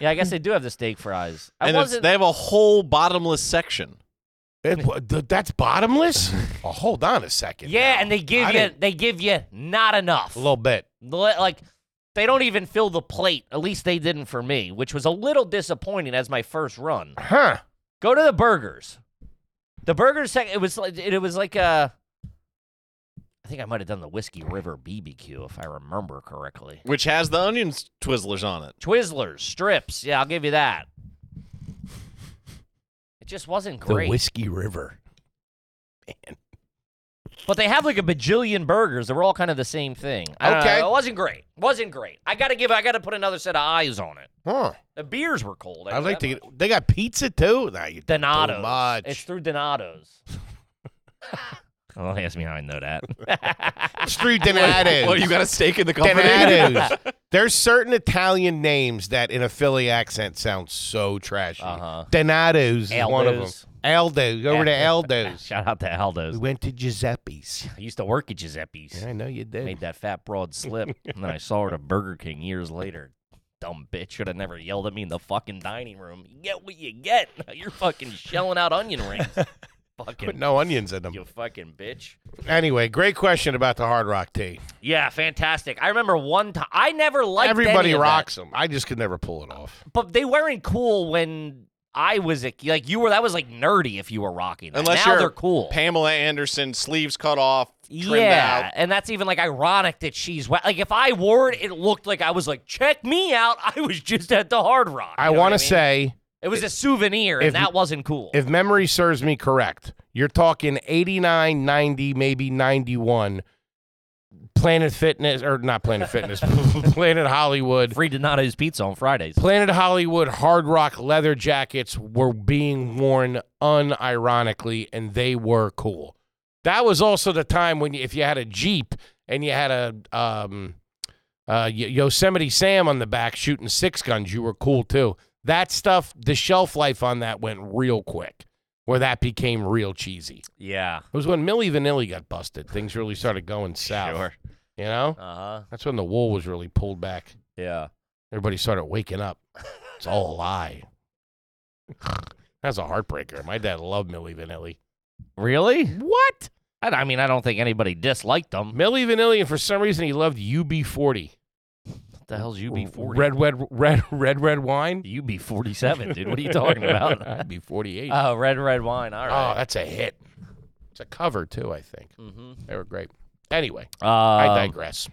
[SPEAKER 2] Yeah, I guess they do have the steak fries. I
[SPEAKER 4] and it's,
[SPEAKER 2] wasn't.
[SPEAKER 4] they have a whole bottomless section.
[SPEAKER 1] It wa- th- that's bottomless. oh, hold on a second.
[SPEAKER 2] yeah, and they give
[SPEAKER 1] I
[SPEAKER 2] you
[SPEAKER 1] didn't-
[SPEAKER 2] they give you not enough.
[SPEAKER 1] a little bit.
[SPEAKER 2] Li- Like they don't even fill the plate. At least they didn't for me, which was a little disappointing as my first run.
[SPEAKER 1] Huh?
[SPEAKER 2] Go to the burgers. The burgers sec- it was like it was like a. I think I might have done the Whiskey River BBQ if I remember correctly.
[SPEAKER 4] which has the onion s- twizzlers on it.
[SPEAKER 2] Twizzlers, strips. Yeah, I'll give you that. It just wasn't great.
[SPEAKER 1] The Whiskey River.
[SPEAKER 2] But they have like a bajillion burgers. They were all kind of the same thing. I don't
[SPEAKER 1] Okay.
[SPEAKER 2] know. it wasn't great. Wasn't great. I gotta give. I gotta put another set of eyes on it.
[SPEAKER 1] Huh?
[SPEAKER 2] The beers were cold.
[SPEAKER 1] I'd
[SPEAKER 2] know
[SPEAKER 1] like
[SPEAKER 2] that
[SPEAKER 1] to.
[SPEAKER 2] much.
[SPEAKER 1] Get, they got pizza too. Nah, you
[SPEAKER 2] Donatos.
[SPEAKER 1] Too much.
[SPEAKER 2] It's through Donatos. Well, don't ask me how I know that.
[SPEAKER 1] Street Donatos.
[SPEAKER 4] Well, you got a stake in the company.
[SPEAKER 1] Donatos. There's certain Italian names that in a Philly accent sound so trashy.
[SPEAKER 2] Uh-huh.
[SPEAKER 1] Donatos is one of them.
[SPEAKER 2] Aldo's.
[SPEAKER 1] Aldo's. Over to Aldo's.
[SPEAKER 2] Shout out to
[SPEAKER 1] We
[SPEAKER 2] Aldo's.
[SPEAKER 1] went to Giuseppe's.
[SPEAKER 2] I used to work at Giuseppe's.
[SPEAKER 1] I know you did.
[SPEAKER 2] Made that fat broad slip, and then I saw her at a Burger King years later. Dumb bitch should have never yelled at me in the fucking dining room. You get what you get. You're fucking shelling out onion rings.
[SPEAKER 1] Put
[SPEAKER 2] fucking
[SPEAKER 1] no onions in them.
[SPEAKER 2] you fucking bitch.
[SPEAKER 1] Anyway, great question about the Hard Rock tea.
[SPEAKER 2] Yeah, fantastic. I remember one time I never liked
[SPEAKER 1] Everybody
[SPEAKER 2] any of that,
[SPEAKER 1] rocks them. I just could never pull it off.
[SPEAKER 2] but they weren't cool when I was a like you were. That was like nerdy if you were rocking. That.
[SPEAKER 4] Unless
[SPEAKER 2] now
[SPEAKER 4] you're
[SPEAKER 2] they're cool.
[SPEAKER 4] Pamela Anderson, sleeves cut off, trimmed
[SPEAKER 2] yeah,
[SPEAKER 4] out.
[SPEAKER 2] and that's even like ironic that she's wa- like if I wore it, it looked like I was like check me out. I was just at the Hard Rock.
[SPEAKER 1] I
[SPEAKER 2] You know
[SPEAKER 1] want to
[SPEAKER 2] what mean?
[SPEAKER 1] say,
[SPEAKER 2] it was a souvenir,
[SPEAKER 1] if-
[SPEAKER 2] and that wasn't cool.
[SPEAKER 1] if memory serves me correct, you're talking 89, 90, maybe 91. Planet Fitness, or not Planet Fitness, Planet Hollywood.
[SPEAKER 2] Free Donato's pizza on Fridays.
[SPEAKER 1] Planet Hollywood hard rock leather jackets were being worn unironically, and they were cool. That was also the time when, you, if you had a Jeep and you had a um, uh, Y- Yosemite Sam on the back shooting six guns, you were cool too. That stuff, the shelf life on that went real quick, where that became real cheesy.
[SPEAKER 2] yeah,
[SPEAKER 1] It was when Millie Vanilli got busted. Things really started going south.
[SPEAKER 2] sure.
[SPEAKER 1] You know,
[SPEAKER 2] Uh huh.
[SPEAKER 1] that's when the wool was really pulled back.
[SPEAKER 2] Yeah.
[SPEAKER 1] Everybody started waking up. It's all a lie. That's a heartbreaker. My dad loved Millie Vanilli.
[SPEAKER 2] Really? What? I, I mean, I don't think anybody disliked them.
[SPEAKER 1] Millie Vanilli, and for some reason, he loved UB40.
[SPEAKER 2] What the hell's UB40?
[SPEAKER 1] Red, red, red, red, red wine.
[SPEAKER 2] UB forty seven, dude. What are you talking about?
[SPEAKER 1] UB48.
[SPEAKER 2] oh, red red wine. All
[SPEAKER 1] oh,
[SPEAKER 2] right.
[SPEAKER 1] that's a hit. It's a cover too. I think
[SPEAKER 2] mm-hmm.
[SPEAKER 1] they were great. Anyway,
[SPEAKER 2] um,
[SPEAKER 1] I digress.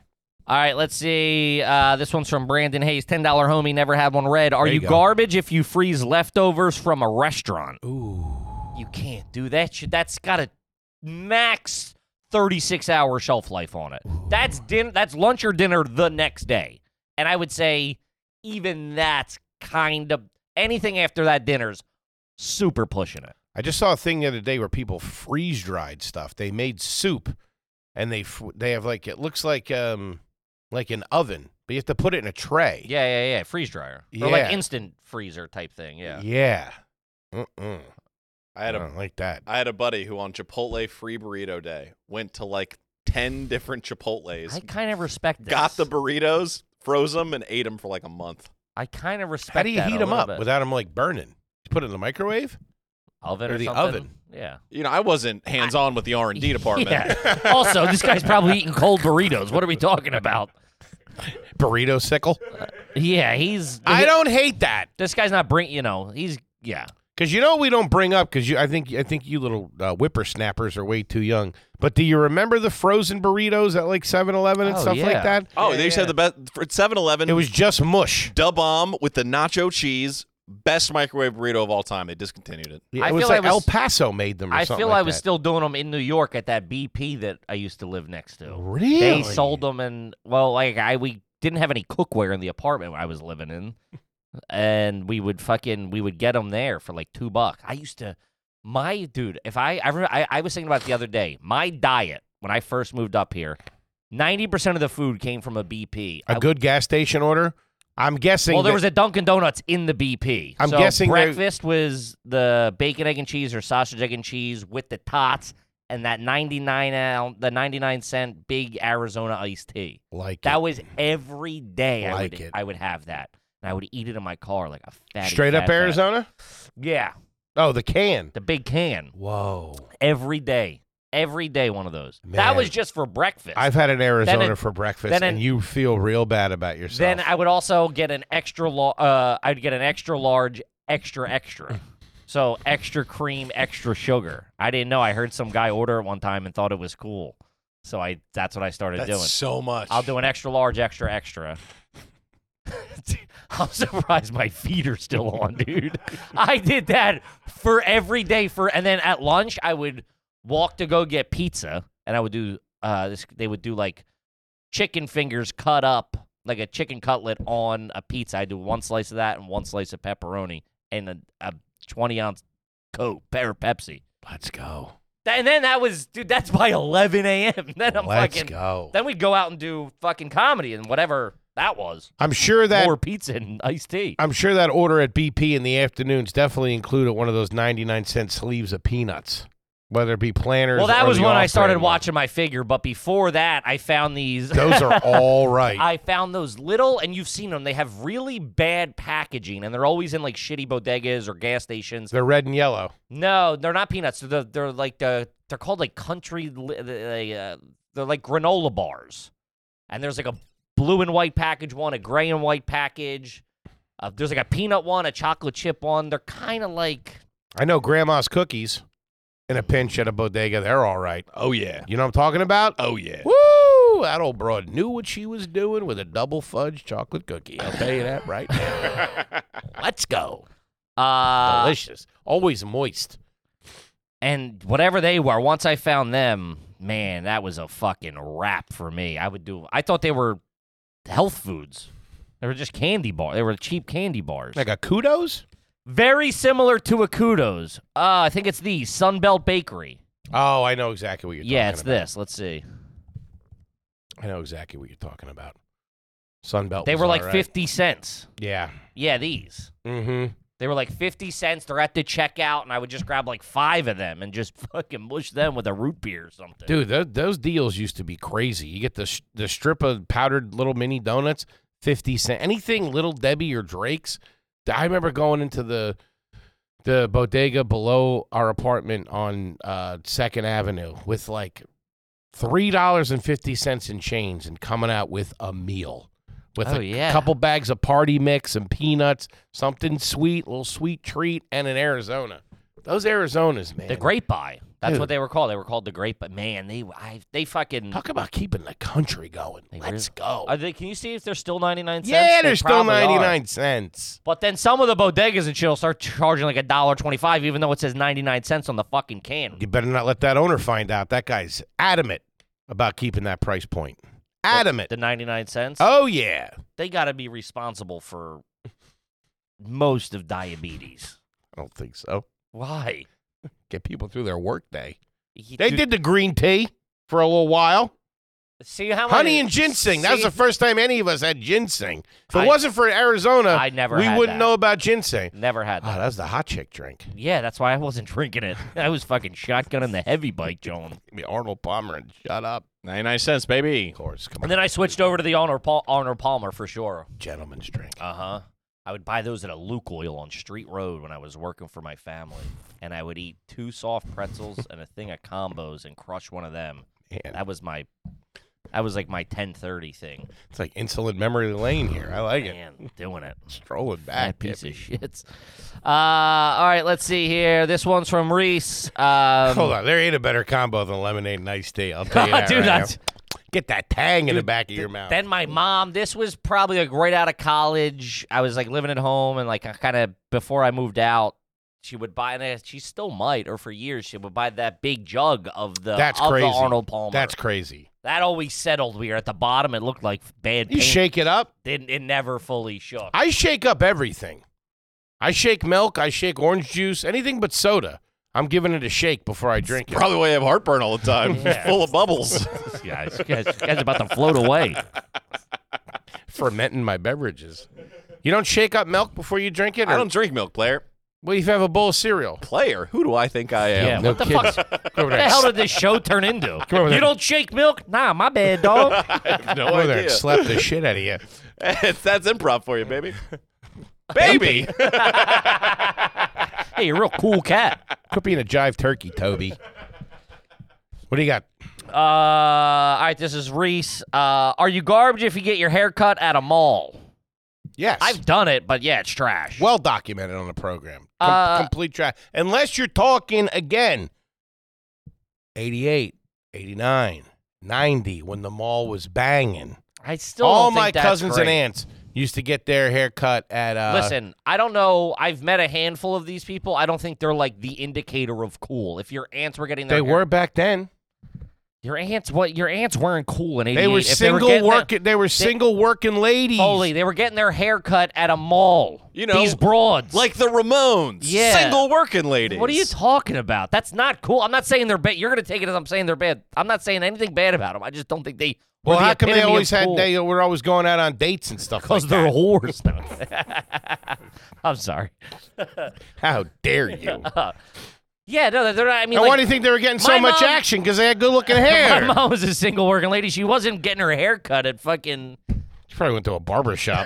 [SPEAKER 2] all right, let's see. Uh, this one's from Brandon Hayes. Ten dollar homie, never had one red. Are
[SPEAKER 1] There
[SPEAKER 2] you,
[SPEAKER 1] you go.
[SPEAKER 2] garbage if you freeze leftovers from a restaurant? Ooh, you can't do that. Shit, that's got a max thirty six hour shelf life on it. That's din- That's lunch or dinner the next day. And I would say even that's kind of anything after that dinner's super pushing it.
[SPEAKER 1] I just saw a thing the other day where people freeze dried stuff. They made soup, and they f- they have like it looks like um like an oven, but you have to put it in a tray.
[SPEAKER 2] Yeah, yeah, yeah. Freeze dryer. Or like
[SPEAKER 1] Yeah.
[SPEAKER 2] instant freezer type thing. Yeah.
[SPEAKER 1] Yeah. Mm-mm.
[SPEAKER 4] I
[SPEAKER 1] I
[SPEAKER 4] had a
[SPEAKER 1] don't like that.
[SPEAKER 4] I had a buddy who on Chipotle free burrito day went to like ten different Chipotle's,
[SPEAKER 2] I kind of respect this.
[SPEAKER 4] got the burritos, froze them, and ate them for like a month.
[SPEAKER 2] I kind of respect
[SPEAKER 1] How do you
[SPEAKER 2] that
[SPEAKER 1] heat
[SPEAKER 2] a
[SPEAKER 1] them
[SPEAKER 2] little
[SPEAKER 1] up
[SPEAKER 2] bit.
[SPEAKER 1] without them like burning? You put it in the microwave?
[SPEAKER 2] oven
[SPEAKER 1] or the
[SPEAKER 2] something?
[SPEAKER 1] oven?
[SPEAKER 2] Yeah.
[SPEAKER 4] You know, I wasn't hands on with the R and D department.
[SPEAKER 2] Yeah. also, this guy's probably eating cold burritos. What are we talking about?
[SPEAKER 1] Burrito sickle?
[SPEAKER 2] Yeah, he's.
[SPEAKER 1] I don't hate that
[SPEAKER 2] This guy's not bring. You know, he's. Yeah.
[SPEAKER 1] because you know we don't bring up because you. I think I think you little uh, whippersnappers are way too young. But do you remember the frozen burritos at like 7-Eleven and
[SPEAKER 2] Oh,
[SPEAKER 1] stuff
[SPEAKER 2] yeah.
[SPEAKER 1] like that?
[SPEAKER 4] Oh, they used to have the best for 7-Eleven.
[SPEAKER 1] It was just mush.
[SPEAKER 4] Da Bomb with the nacho cheese, best microwave burrito of all time. They discontinued it.
[SPEAKER 1] Yeah,
[SPEAKER 2] I
[SPEAKER 1] it was
[SPEAKER 2] feel
[SPEAKER 1] like
[SPEAKER 2] I was-
[SPEAKER 1] El Paso made them. Or
[SPEAKER 2] I
[SPEAKER 1] something
[SPEAKER 2] feel
[SPEAKER 1] like
[SPEAKER 2] I was
[SPEAKER 1] that.
[SPEAKER 2] still doing them in New York at that BP that I used to live next to.
[SPEAKER 1] really.
[SPEAKER 2] They sold them, and well, like I we didn't have any cookware in the apartment I was living in, and we would fucking we would get them there for like two bucks. I used to, my dude, if I I, remember, I I was thinking about it the other day, my diet when I first moved up here, ninety percent of the food came from a BP.
[SPEAKER 1] a
[SPEAKER 2] I-
[SPEAKER 1] good gas station order. I'm guessing.
[SPEAKER 2] well, there
[SPEAKER 1] that-
[SPEAKER 2] was a Dunkin' Donuts in the BP.
[SPEAKER 1] I'm
[SPEAKER 2] So
[SPEAKER 1] guessing there-
[SPEAKER 2] breakfast was the bacon, egg, and cheese, or sausage, egg, and cheese with the tots, and that 99 ounce, the 99 cent big Arizona iced tea.
[SPEAKER 1] like
[SPEAKER 2] That
[SPEAKER 1] it.
[SPEAKER 2] was every day. I
[SPEAKER 1] Like
[SPEAKER 2] would
[SPEAKER 1] it.
[SPEAKER 2] I would have that, and I would eat it in my car like a fat.
[SPEAKER 1] straight up Arizona.
[SPEAKER 2] Yeah,
[SPEAKER 1] Oh, the can.
[SPEAKER 2] the big can
[SPEAKER 1] Whoa.
[SPEAKER 2] every day, every day one of those. That was
[SPEAKER 1] Man.
[SPEAKER 2] just for breakfast.
[SPEAKER 1] I've had an Arizona
[SPEAKER 2] it-
[SPEAKER 1] for breakfast,
[SPEAKER 2] then it-
[SPEAKER 1] and you feel real bad about yourself.
[SPEAKER 2] then I would also get an extra large. Uh, I'd get an extra large, extra extra. So extra cream, extra sugar. I didn't know. I heard some guy order it one time and thought it was cool. So I that's what I started
[SPEAKER 4] That's
[SPEAKER 2] doing.
[SPEAKER 4] so much.
[SPEAKER 2] I'll do an extra large, extra, extra. I'm surprised my feet are still on, dude. I did that for every day for, and then at lunch I would walk to go get pizza, and I would do uh, this. They would do like chicken fingers cut up, like a chicken cutlet on a pizza. I do one slice of that and one slice of pepperoni and a, a 20 ounce Coke, or Pepsi.
[SPEAKER 1] Let's go.
[SPEAKER 2] Th- And then that was, dude, that's by 11 a.m. Then I'm
[SPEAKER 1] Let's
[SPEAKER 2] fucking.
[SPEAKER 1] go.
[SPEAKER 2] Then we'd go out and do fucking comedy and whatever that was.
[SPEAKER 1] I'm sure that
[SPEAKER 2] More pizza and iced tea.
[SPEAKER 1] I'm sure that order at BP in the afternoons definitely included one of those 99 cent sleeves of peanuts, whether it be planners.
[SPEAKER 2] Well, that
[SPEAKER 1] or
[SPEAKER 2] was
[SPEAKER 1] the
[SPEAKER 2] when I started
[SPEAKER 1] off-brand one.
[SPEAKER 2] watching my figure, but before that, I found these.
[SPEAKER 1] Those are all right.
[SPEAKER 2] I found those little, and you've seen them. They have really bad packaging, and they're always in like shitty bodegas or gas stations.
[SPEAKER 1] They're red and yellow.
[SPEAKER 2] No, they're not peanuts. They're, the- they're like the they're called like country. li- They, uh, they're like granola bars, and there's like a blue and white package one, a gray and white package. Uh, there's like a peanut one, a chocolate chip one. They're kind of like
[SPEAKER 1] I know grandma's cookies in a pinch at a bodega. They're all right.
[SPEAKER 4] Oh yeah.
[SPEAKER 1] You know what I'm talking about?
[SPEAKER 4] Oh yeah.
[SPEAKER 1] Woo! That old broad knew what she was doing with a double fudge chocolate cookie. I'll tell you that right now.
[SPEAKER 2] let's go, uh,
[SPEAKER 1] Delicious. Always moist.
[SPEAKER 2] and whatever they were. Once I found them, man, that was a fucking wrap for me. I would do. I thought they were health foods. They were just candy bar. They were cheap candy bars.
[SPEAKER 1] Like a kudos?
[SPEAKER 2] Very similar to a kudos. Uh, I think it's the Sunbelt Bakery.
[SPEAKER 1] Oh, I know exactly what you're
[SPEAKER 2] yeah,
[SPEAKER 1] talking
[SPEAKER 2] it's
[SPEAKER 1] about.
[SPEAKER 2] this. Let's see.
[SPEAKER 1] I know exactly what you're talking about. Sunbelt.
[SPEAKER 2] They
[SPEAKER 1] was
[SPEAKER 2] were
[SPEAKER 1] all
[SPEAKER 2] like
[SPEAKER 1] right.
[SPEAKER 2] 50 cents.
[SPEAKER 1] Yeah.
[SPEAKER 2] Yeah, these.
[SPEAKER 1] Mm-hmm.
[SPEAKER 2] They were like 50 cents. They're at the checkout, and I would just grab like five of them and just fucking mush them with a root beer or something.
[SPEAKER 1] Dude, those, those deals used to be crazy. You get the sh- the strip of powdered little mini donuts, fifty cent. Anything little Debbie or Drake's. I remember going into the the bodega below our apartment on uh, Second Avenue with like three dollars and fifty cents in change and coming out with a meal. With
[SPEAKER 2] Oh,
[SPEAKER 1] a
[SPEAKER 2] yeah.
[SPEAKER 1] couple bags of party mix and peanuts, something sweet, little sweet treat, and an Arizona. Those Arizonas, man.
[SPEAKER 2] the Grape Eye. That's what
[SPEAKER 1] Dude.
[SPEAKER 2] they were called. They were called the Grape Eye. Man, they I, they fucking.
[SPEAKER 1] Talk about keeping the country going.
[SPEAKER 2] Mm. They
[SPEAKER 1] Let's
[SPEAKER 2] really-
[SPEAKER 1] go.
[SPEAKER 2] Are they, can you see if they're still 99 cents?
[SPEAKER 1] yeah,
[SPEAKER 2] They
[SPEAKER 1] they're still
[SPEAKER 2] probably are.
[SPEAKER 1] 99 cents.
[SPEAKER 2] But then some of the bodegas and shit will start charging like a dollar twenty-five, even though it says 99 cents on the fucking can.
[SPEAKER 1] You better not let that owner find out. That guy's adamant about keeping that price point. Adamant.
[SPEAKER 2] The 99 cents.
[SPEAKER 1] Oh, yeah.
[SPEAKER 2] They got to be responsible for most of diabetes.
[SPEAKER 1] I don't think so.
[SPEAKER 2] Why?
[SPEAKER 1] Get people through their workday.
[SPEAKER 2] You-
[SPEAKER 1] They
[SPEAKER 2] dude,
[SPEAKER 1] did the green tea for a little while.
[SPEAKER 2] See how many-
[SPEAKER 1] Honey and ginseng. That was
[SPEAKER 2] see-
[SPEAKER 1] the first time any of us had ginseng. If it
[SPEAKER 2] I-
[SPEAKER 1] wasn't for Arizona,
[SPEAKER 2] I never
[SPEAKER 1] uh, we
[SPEAKER 2] had
[SPEAKER 1] wouldn't
[SPEAKER 2] that.
[SPEAKER 1] know about ginseng.
[SPEAKER 2] Never had
[SPEAKER 1] Oh,
[SPEAKER 2] that.
[SPEAKER 1] that was the hot chick drink.
[SPEAKER 2] Yeah, that's why I wasn't drinking it. I was fucking shotgunning the heavy bike, Joan.
[SPEAKER 1] I mean, Arnold Palmer and shut up.
[SPEAKER 4] 99 cents, baby.
[SPEAKER 1] Of course. Come
[SPEAKER 2] And
[SPEAKER 1] on.
[SPEAKER 2] then I switched over to the Honor, Pal- Honor Palmer for sure.
[SPEAKER 1] Gentleman's drink.
[SPEAKER 2] Uh huh. I would buy those at a Luke Oil on Street Road when I was working for my family, and I would eat two soft pretzels and a thing of combos and crush one of them.
[SPEAKER 1] Man,
[SPEAKER 2] That was my, that was like my ten thirty thing.
[SPEAKER 1] it's like insulin memory lane here. I like it.
[SPEAKER 2] Man, doing it.
[SPEAKER 1] Strolling back.
[SPEAKER 2] That piece of shit. Uh, all right, let's see here. This one's from Reese. Um,
[SPEAKER 1] Hold on, there ain't a better combo than lemonade and iced tea. I'll tell you that.
[SPEAKER 2] Oh, Dude,
[SPEAKER 1] right now.
[SPEAKER 2] that's-
[SPEAKER 1] Get that tang in the back of your mouth.
[SPEAKER 2] Then my mom, this was probably like right out of college. I was like living at home and like I kind of before I moved out, she would buy and I- she still might or for years she would buy that big jug of the
[SPEAKER 1] That's
[SPEAKER 2] of
[SPEAKER 1] crazy.
[SPEAKER 2] the Arnold Palmer.
[SPEAKER 1] That's crazy.
[SPEAKER 2] that always settled. We were at the bottom. It looked like bad
[SPEAKER 1] You
[SPEAKER 2] paint.
[SPEAKER 1] shake it up.
[SPEAKER 2] It, it never fully shook.
[SPEAKER 1] I shake up everything. I shake milk. I shake orange juice. Anything but soda. I'm giving it a shake before I drink it.
[SPEAKER 4] Probably why I have heartburn all the time.
[SPEAKER 2] Yeah.
[SPEAKER 4] Full of bubbles.
[SPEAKER 2] yeah, this guy's, this guy's about to float away.
[SPEAKER 1] Fermenting my beverages. You don't shake up milk before you drink it. Or,
[SPEAKER 4] I don't drink milk, player.
[SPEAKER 1] Well, if you have a bowl of cereal.
[SPEAKER 4] Player, who do I think I am?
[SPEAKER 2] Yeah,
[SPEAKER 1] no
[SPEAKER 2] what the
[SPEAKER 1] kidding.
[SPEAKER 2] fuck?
[SPEAKER 1] Go over
[SPEAKER 2] What the
[SPEAKER 1] there.
[SPEAKER 2] hell did this show turn into?
[SPEAKER 1] over
[SPEAKER 2] you
[SPEAKER 1] there.
[SPEAKER 2] don't shake milk? Nah, my bad, dog.
[SPEAKER 4] I have
[SPEAKER 1] Go
[SPEAKER 4] no
[SPEAKER 1] over there
[SPEAKER 4] idea.
[SPEAKER 1] and slap the shit out of you.
[SPEAKER 4] It's- That's improv for you, baby. baby.
[SPEAKER 2] hey, you're a real cool cat.
[SPEAKER 1] Quit being a jive turkey, Toby. What do you got?
[SPEAKER 2] Uh, all right, this is Reese. Uh, are you garbage if you get your hair cut at a mall?
[SPEAKER 1] Yes.
[SPEAKER 2] I've done it, but yeah, it's trash.
[SPEAKER 1] well documented on the program. Com-
[SPEAKER 2] Uh,
[SPEAKER 1] complete trash. Unless you're talking again 88, 89, 90 when the mall was banging.
[SPEAKER 2] I still
[SPEAKER 1] All
[SPEAKER 2] don't think
[SPEAKER 1] my
[SPEAKER 2] that's
[SPEAKER 1] cousins and
[SPEAKER 2] great.
[SPEAKER 1] aunts used to get their hair cut at uh
[SPEAKER 2] Listen, I don't know. I've met a handful of these people. I don't think they're like the indicator of cool. If your aunts were getting their
[SPEAKER 1] they
[SPEAKER 2] hair-
[SPEAKER 1] were back then.
[SPEAKER 2] Your aunts, what? Your aunts weren't cool in '88.
[SPEAKER 1] They were
[SPEAKER 2] If
[SPEAKER 1] single
[SPEAKER 2] getting their-
[SPEAKER 1] working. They were single working ladies.
[SPEAKER 2] Holy, they were getting their hair cut at a mall.
[SPEAKER 4] You know,
[SPEAKER 2] these broads.
[SPEAKER 4] Like the Ramones.
[SPEAKER 2] Yeah.
[SPEAKER 4] Single working ladies.
[SPEAKER 2] what are you talking about? That's not cool. I'm not saying they're bad. You're gonna take it as I'm saying they're bad. I'm not saying anything bad about them. I just don't think they. were
[SPEAKER 1] well,
[SPEAKER 2] the
[SPEAKER 1] how come they
[SPEAKER 2] epitome of
[SPEAKER 1] always had?
[SPEAKER 2] cool.
[SPEAKER 1] They were always going out on dates and stuff.
[SPEAKER 2] Because
[SPEAKER 1] like that.
[SPEAKER 2] they're whores. No. I'm sorry.
[SPEAKER 1] How dare you?
[SPEAKER 2] Yeah, no, they're not. I mean,
[SPEAKER 1] and
[SPEAKER 2] like,
[SPEAKER 1] why do you think they were getting so
[SPEAKER 2] my
[SPEAKER 1] much
[SPEAKER 2] mom-
[SPEAKER 1] action? Because they had good looking hair.
[SPEAKER 2] my mom was a single working lady. She wasn't getting her hair cut at fucking
[SPEAKER 1] She probably went to a barber shop.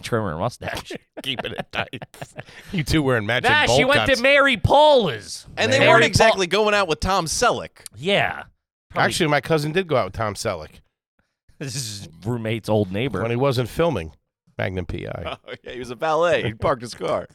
[SPEAKER 2] trimmer and mustache.
[SPEAKER 1] keeping it tight. You two wearing matching
[SPEAKER 2] nah,
[SPEAKER 1] bowl
[SPEAKER 2] she went
[SPEAKER 1] cuts.
[SPEAKER 2] to Mary Paula's.
[SPEAKER 4] And they
[SPEAKER 2] Mary
[SPEAKER 4] weren't
[SPEAKER 2] Paul-
[SPEAKER 4] exactly going out with Tom Selleck.
[SPEAKER 2] Yeah. Probably-
[SPEAKER 1] Actually, my cousin did go out with Tom Selleck
[SPEAKER 2] this is his roommate's old neighbor.
[SPEAKER 1] when he wasn't filming Magnum PI.
[SPEAKER 4] Oh, yeah, he was a valet. He parked his car.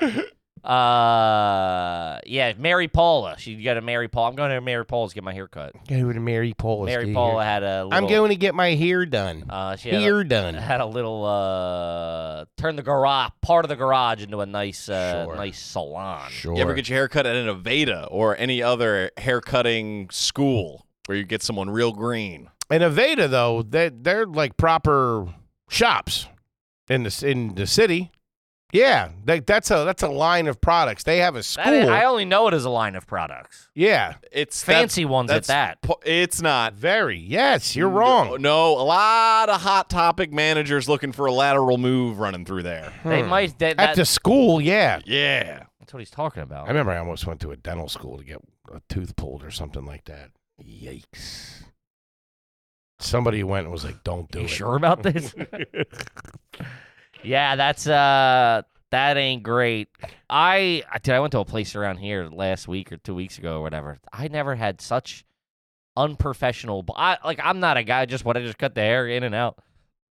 [SPEAKER 2] Uh, yeah, Mary Paula. She got to Mary Paula. I'm going to Mary Paula's to get my hair cut.
[SPEAKER 1] Go to Mary Paula's.
[SPEAKER 2] Mary
[SPEAKER 1] dear.
[SPEAKER 2] Paula had a. Little,
[SPEAKER 1] I'm going to get my hair done.
[SPEAKER 2] Uh, she had a,
[SPEAKER 1] Hair done.
[SPEAKER 2] had a little uh, turn the garage part of the garage into a nice, uh,
[SPEAKER 1] Sure.
[SPEAKER 2] nice salon.
[SPEAKER 1] Sure.
[SPEAKER 4] You ever get your hair cut at an Aveda or any other haircutting school where you get someone real green?
[SPEAKER 1] In Aveda, though, they they're like proper shops in the c- in the city. Yeah, that, that's a that's a line of products. They have a school.
[SPEAKER 2] That is- I only know it as a line of products.
[SPEAKER 1] yeah,
[SPEAKER 4] It's
[SPEAKER 2] Fancy ones at
[SPEAKER 4] that's,
[SPEAKER 2] that.
[SPEAKER 4] po- It's not.
[SPEAKER 1] very. Yes, you're wrong.
[SPEAKER 4] No, a lot of hot topic managers looking for a lateral move running through there.
[SPEAKER 2] They
[SPEAKER 1] Hmm.
[SPEAKER 2] might.
[SPEAKER 1] At
[SPEAKER 2] That,
[SPEAKER 1] Oh.
[SPEAKER 2] that,
[SPEAKER 1] the school, yeah.
[SPEAKER 4] Yeah.
[SPEAKER 2] that's what he's talking
[SPEAKER 1] I
[SPEAKER 2] about.
[SPEAKER 1] remember I almost went to a dental school to get a tooth pulled or something like that. Yikes. Somebody went and was like, "Don't do
[SPEAKER 2] you
[SPEAKER 1] it."
[SPEAKER 2] sure about this? yeah, that's uh, that ain't great. I I- dude, I went to a place around here last week or two weeks ago or whatever. I never had such unprofessional. b- I like I'm not a guy just want to just cut the hair in and out.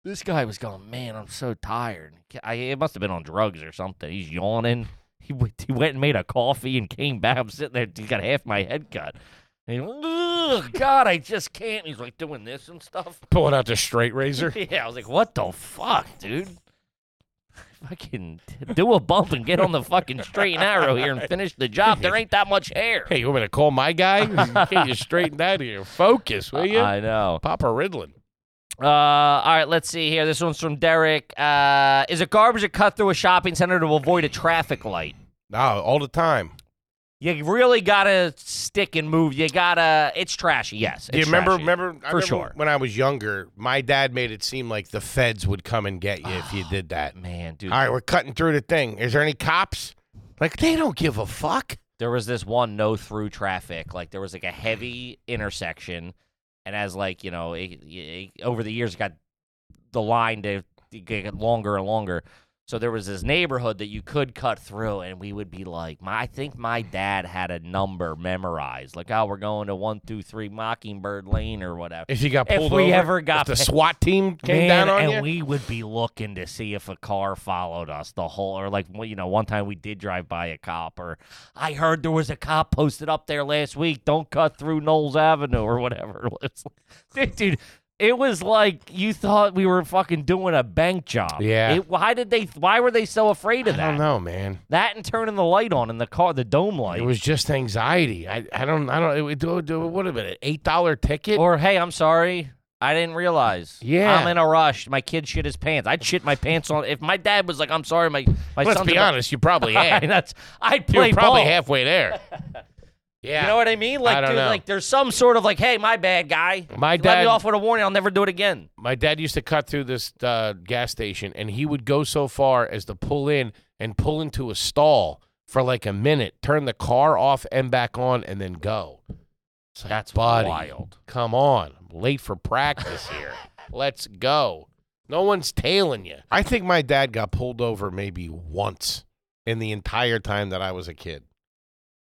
[SPEAKER 2] This guy was going, man, I'm so tired. I, it must have been on drugs or something. He's yawning. He went, he went and made a coffee and came back. I'm sitting there. He got half my head cut. And he, Ugh, God, I just can't. He's like doing this and stuff.
[SPEAKER 1] Pulling out the straight razor.
[SPEAKER 2] Yeah, I was like, what the fuck, dude? Fucking do a bump and get on the fucking straight and arrow here and finish the job. There ain't that much hair.
[SPEAKER 1] hey, you want me to call my guy? Get you straightened out here. Focus, will you?
[SPEAKER 2] I know.
[SPEAKER 1] Papa Ridlin.
[SPEAKER 2] Uh, all right, let's see here. This one's from Derek. Uh, is it garbage to cut through a shopping center to avoid a traffic light?
[SPEAKER 1] No, all the time.
[SPEAKER 2] You really gotta stick and move. You gotta. It's trashy. Yes.
[SPEAKER 1] Do you
[SPEAKER 2] it's
[SPEAKER 1] remember?
[SPEAKER 2] trashy.
[SPEAKER 1] Remember I
[SPEAKER 2] For
[SPEAKER 1] remember
[SPEAKER 2] sure.
[SPEAKER 1] When I was younger, my dad made it seem like the feds would come and get you if you did that.
[SPEAKER 2] Man, dude,
[SPEAKER 1] All right, we're cutting through the thing. Is there any cops? Like they don't give a fuck.
[SPEAKER 2] there was this one no through traffic like there was like a heavy intersection and as like you know it, it- over the years it got the line to it got longer and longer so there was this neighborhood that you could cut through and we would be like my, i think my dad had a number memorized like oh we're going to 123 mockingbird lane or whatever
[SPEAKER 1] If you got
[SPEAKER 2] If
[SPEAKER 1] pulled
[SPEAKER 2] we
[SPEAKER 1] over,
[SPEAKER 2] ever
[SPEAKER 1] if
[SPEAKER 2] got
[SPEAKER 1] the
[SPEAKER 2] picked-
[SPEAKER 1] SWAT team came
[SPEAKER 2] Man,
[SPEAKER 1] down on
[SPEAKER 2] and
[SPEAKER 1] you.
[SPEAKER 2] we would be looking to see if a car followed us the whole, or like well, you know, one time we did drive by a cop, or I heard there was a cop posted up there last week. Don't cut through Knowles Avenue or whatever. It's like- dude, it was like you thought we were fucking doing a bank job.
[SPEAKER 1] Yeah.
[SPEAKER 2] It- why did they? Why were they so afraid of
[SPEAKER 1] I don't
[SPEAKER 2] that?
[SPEAKER 1] know, man.
[SPEAKER 2] That and turning the light on in the car, the dome light.
[SPEAKER 1] It was just anxiety. I, I don't I don't. It, would- it, would- what have been an eight dollar ticket?
[SPEAKER 2] Or hey, I'm sorry. I didn't realize.
[SPEAKER 1] Yeah.
[SPEAKER 2] I'm in a rush. My kid shit his pants. I'd shit my pants on. If my dad was like, I'm sorry, my, my
[SPEAKER 1] Let's
[SPEAKER 2] son's
[SPEAKER 1] be
[SPEAKER 2] about-
[SPEAKER 1] honest, you probably had.
[SPEAKER 2] That's, I'd
[SPEAKER 1] you
[SPEAKER 2] play
[SPEAKER 1] were probably
[SPEAKER 2] ball.
[SPEAKER 1] halfway there. Yeah.
[SPEAKER 2] You know what I mean? Like,
[SPEAKER 1] I don't
[SPEAKER 2] dude,
[SPEAKER 1] know.
[SPEAKER 2] like there's some sort of like, hey, my bad guy.
[SPEAKER 1] My
[SPEAKER 2] Let
[SPEAKER 1] dad-
[SPEAKER 2] me off with a warning. I'll never do it again.
[SPEAKER 1] My dad used to cut through this uh, gas station, and he would go so far as to pull in and pull into a stall for like a minute, turn the car off and back on, and then go. It's like,
[SPEAKER 2] That's
[SPEAKER 1] buddy,
[SPEAKER 2] wild.
[SPEAKER 1] Come on, I'm late for practice here. Let's go. No one's tailing you. I think my dad got pulled over maybe once in the entire time that I was a kid.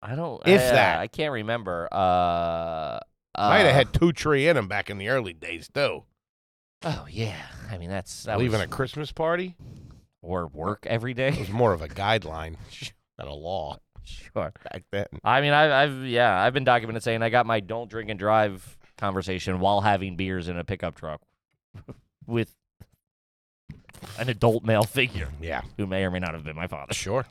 [SPEAKER 2] I don't.
[SPEAKER 1] If
[SPEAKER 2] I,
[SPEAKER 1] that.
[SPEAKER 2] Eh, I can't remember. Uh,
[SPEAKER 1] Might
[SPEAKER 2] uh,
[SPEAKER 1] have had two tree in him back in the early days too.
[SPEAKER 2] Oh yeah. I mean, that's that
[SPEAKER 1] Leaving
[SPEAKER 2] was,
[SPEAKER 1] a Christmas party
[SPEAKER 2] or work every
[SPEAKER 1] it
[SPEAKER 2] day.
[SPEAKER 1] was more of a guideline than a law
[SPEAKER 2] sure.
[SPEAKER 1] back then.
[SPEAKER 2] I mean, I, I've yeah, I've been documented saying I got my don't drink and drive conversation while having beers in a pickup truck with an adult male figure
[SPEAKER 1] Yeah,
[SPEAKER 2] who may or may not have been my father.
[SPEAKER 1] sure.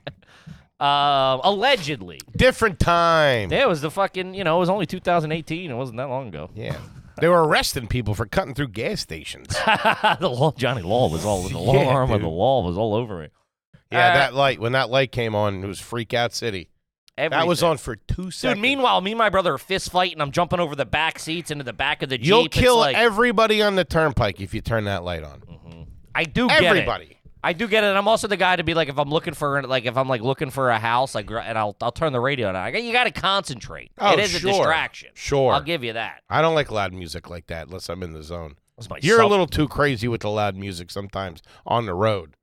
[SPEAKER 2] Um, allegedly,
[SPEAKER 1] Different time.
[SPEAKER 2] yeah, it was the fucking you know it was only 2018. It wasn't that long ago.
[SPEAKER 1] Yeah. They were arresting people for cutting through gas stations. yeah,
[SPEAKER 2] the law, Johnny Law was all the long
[SPEAKER 1] Yeah,
[SPEAKER 2] arm of
[SPEAKER 1] dude.
[SPEAKER 2] the law was all over it. Uh,
[SPEAKER 1] that light when that light came on, it was freak out city. That was
[SPEAKER 2] everything.
[SPEAKER 1] on for two seconds.
[SPEAKER 2] Dude, meanwhile, me and my brother are fist fighting. I'm jumping over the back seats into the back of the jeep.
[SPEAKER 1] You'll
[SPEAKER 2] It's
[SPEAKER 1] kill
[SPEAKER 2] like,
[SPEAKER 1] everybody on the turnpike if you turn that light on.
[SPEAKER 2] I do get it.
[SPEAKER 1] Everybody.
[SPEAKER 2] I do get it. And I'm also the guy to be like, if I'm looking for, like, if I'm like looking for a house, like, and I'll I'll turn the radio on. I go, you got to concentrate.
[SPEAKER 1] Oh,
[SPEAKER 2] it is
[SPEAKER 1] sure.
[SPEAKER 2] a distraction.
[SPEAKER 1] Sure.
[SPEAKER 2] I'll give you that.
[SPEAKER 1] I don't like loud music like that unless I'm in the zone.
[SPEAKER 2] That's my
[SPEAKER 1] You're a
[SPEAKER 2] sub-
[SPEAKER 1] little too crazy with the loud music sometimes on the road.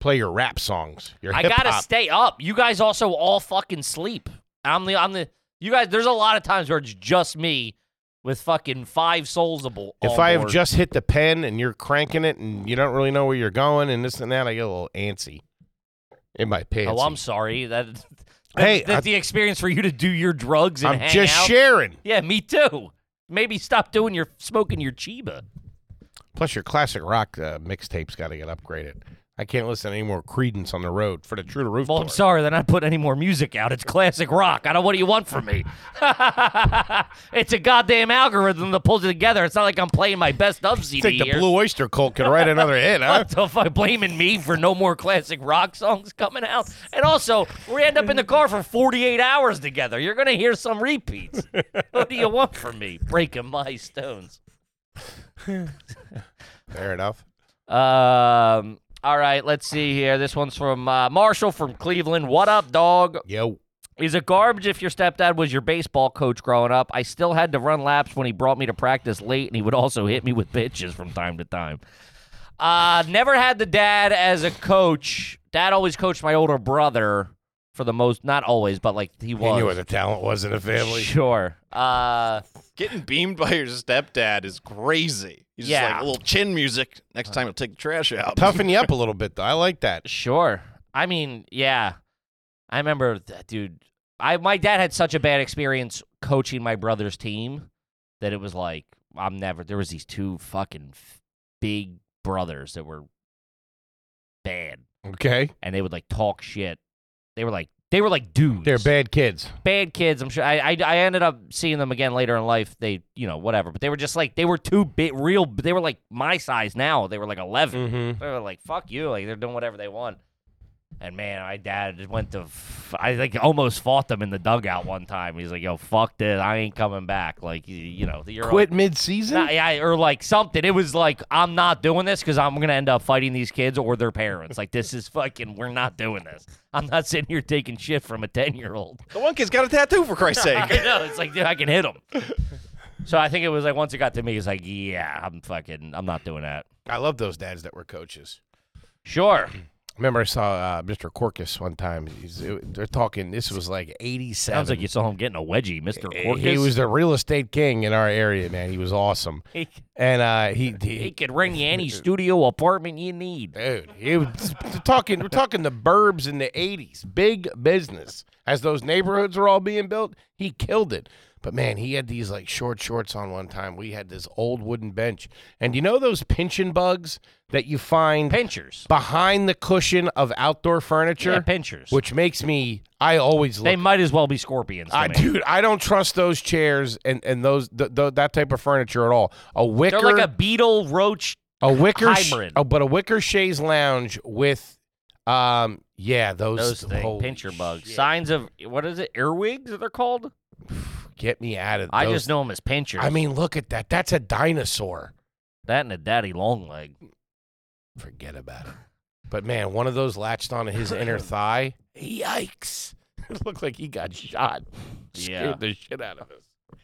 [SPEAKER 1] Play your rap songs. Your
[SPEAKER 2] I gotta
[SPEAKER 1] hip-hop.
[SPEAKER 2] stay up. You guys also all fucking sleep. I'm the I'm the you guys. There's a lot of times where it's just me with fucking five souls a bo-
[SPEAKER 1] If
[SPEAKER 2] on
[SPEAKER 1] I have
[SPEAKER 2] board.
[SPEAKER 1] just hit the pen and you're cranking it and you don't really know where you're going and this and that, I get a little antsy in my pants.
[SPEAKER 2] oh, I'm sorry that.
[SPEAKER 1] Hey,
[SPEAKER 2] that's
[SPEAKER 1] I-
[SPEAKER 2] the experience for you to do your drugs and
[SPEAKER 1] I'm
[SPEAKER 2] hang
[SPEAKER 1] just
[SPEAKER 2] out.
[SPEAKER 1] sharing.
[SPEAKER 2] Yeah, me too. Maybe stop doing your smoking your chiba.
[SPEAKER 1] Plus, your classic rock uh, mixtape's got to get upgraded. I can't listen to any more Credence on the road for the True to Roof
[SPEAKER 2] Well,
[SPEAKER 1] tour.
[SPEAKER 2] I'm sorry that I put any more music out. It's classic rock. I don't. What do you want from me? it's a goddamn algorithm that pulls it together. It's not like I'm playing my best of CD.
[SPEAKER 1] You think the
[SPEAKER 2] here.
[SPEAKER 1] Blue Oyster Cult could write another hit, huh?
[SPEAKER 2] What the fuck? Blaming me for no more classic rock songs coming out? And also, we end up in the car for 48 hours together. You're going to hear some repeats. what do you want from me? Breaking my stones.
[SPEAKER 1] Fair enough.
[SPEAKER 2] Um, all right, let's see here. This one's from uh, Marshall from Cleveland. What up, dog?
[SPEAKER 1] Yo,
[SPEAKER 2] Is it garbage if your stepdad was your baseball coach growing up? I still had to run laps when he brought me to practice late, and he would also hit me with pitches from time to time. Uh, never had the dad as a coach. Dad always coached my older brother for the most, not always, but like he
[SPEAKER 1] he
[SPEAKER 2] was.
[SPEAKER 1] knew where the talent was in the family.
[SPEAKER 2] Sure. Uh,
[SPEAKER 4] Getting beamed by your stepdad is crazy. He's just
[SPEAKER 2] Yeah.
[SPEAKER 4] like a little chin music. Next time he'll take the trash out.
[SPEAKER 1] Toughen you up a little bit, though. I like that.
[SPEAKER 2] Sure. I mean, yeah. I remember that dude. I my dad had such a bad experience coaching my brother's team that it was like I'm never there was these two fucking f- big brothers that were bad
[SPEAKER 1] Okay.
[SPEAKER 2] and they would like talk shit. They were like they were like dudes.
[SPEAKER 1] They're bad kids.
[SPEAKER 2] bad kids. I'm sure I, I I ended up seeing them again later in life. They, you know, whatever, but they were just like they were too big real they were like my size now. They were like 11.
[SPEAKER 1] Mm-hmm.
[SPEAKER 2] They were like, "Fuck you!" Like they're doing whatever they want. And man, my dad just went to, f- I like almost fought them in the dugout one time. He's like, "Yo, fuck this! I ain't coming back." Like you, you know, you're
[SPEAKER 1] Quit
[SPEAKER 2] Like,
[SPEAKER 1] mid-season?
[SPEAKER 2] Nah, yeah, or like something. It was like, "I'm not doing this because I'm gonna end up fighting these kids or their parents." like this is fucking, we're not doing this. I'm not sitting here taking shit from a ten year old.
[SPEAKER 4] the one kid's got a tattoo for Christ's sake.
[SPEAKER 2] I know. It's like, dude, I can hit him. So I think it was like once it got to me, it's like, yeah, I'm fucking, I'm not doing that.
[SPEAKER 1] I love those dads that were coaches.
[SPEAKER 2] Sure.
[SPEAKER 1] remember I saw uh, Mr. Corcus one time. He's, it- they're talking. This was like '87.
[SPEAKER 2] Sounds like you saw him getting a wedgie, Mister Corcus.
[SPEAKER 1] He was the real estate king in our area, man. He was awesome,
[SPEAKER 2] He,
[SPEAKER 1] and uh, he,
[SPEAKER 2] he
[SPEAKER 1] he
[SPEAKER 2] could ring you any studio apartment you need.
[SPEAKER 1] dude, he was talking. We're talking the burbs in the '80s, big business. As those neighborhoods were all being built, he killed it. But man, he had these like short shorts on one time. We had this old wooden bench, and you know those pinching bugs that you find
[SPEAKER 2] Pinchers.
[SPEAKER 1] behind the cushion of outdoor furniture.
[SPEAKER 2] Yeah, pinchers.
[SPEAKER 1] Which makes me, I always look
[SPEAKER 2] they might as well be scorpions. to
[SPEAKER 1] I,
[SPEAKER 2] me.
[SPEAKER 1] dude, I don't trust those chairs and and those th- th- that type of furniture at all. A wicker,
[SPEAKER 2] They're like a beetle roach.
[SPEAKER 1] a wicker sh-
[SPEAKER 2] hybrid.
[SPEAKER 1] oh, but a wicker chaise lounge with, um, yeah, those,
[SPEAKER 2] Those things,
[SPEAKER 1] holy
[SPEAKER 2] pincher bugs.
[SPEAKER 1] shit.
[SPEAKER 2] Signs of what is it? Earwigs? Are they called?
[SPEAKER 1] Get me out of.
[SPEAKER 2] I
[SPEAKER 1] those-
[SPEAKER 2] just know them as pinchers.
[SPEAKER 1] I mean, look at that. That's a dinosaur.
[SPEAKER 2] that and a daddy long leg.
[SPEAKER 1] Forget about it. But man, one of those latched onto his inner thigh. Yikes! it looked like he got shot. Scared
[SPEAKER 2] Yeah.
[SPEAKER 1] the shit out of us.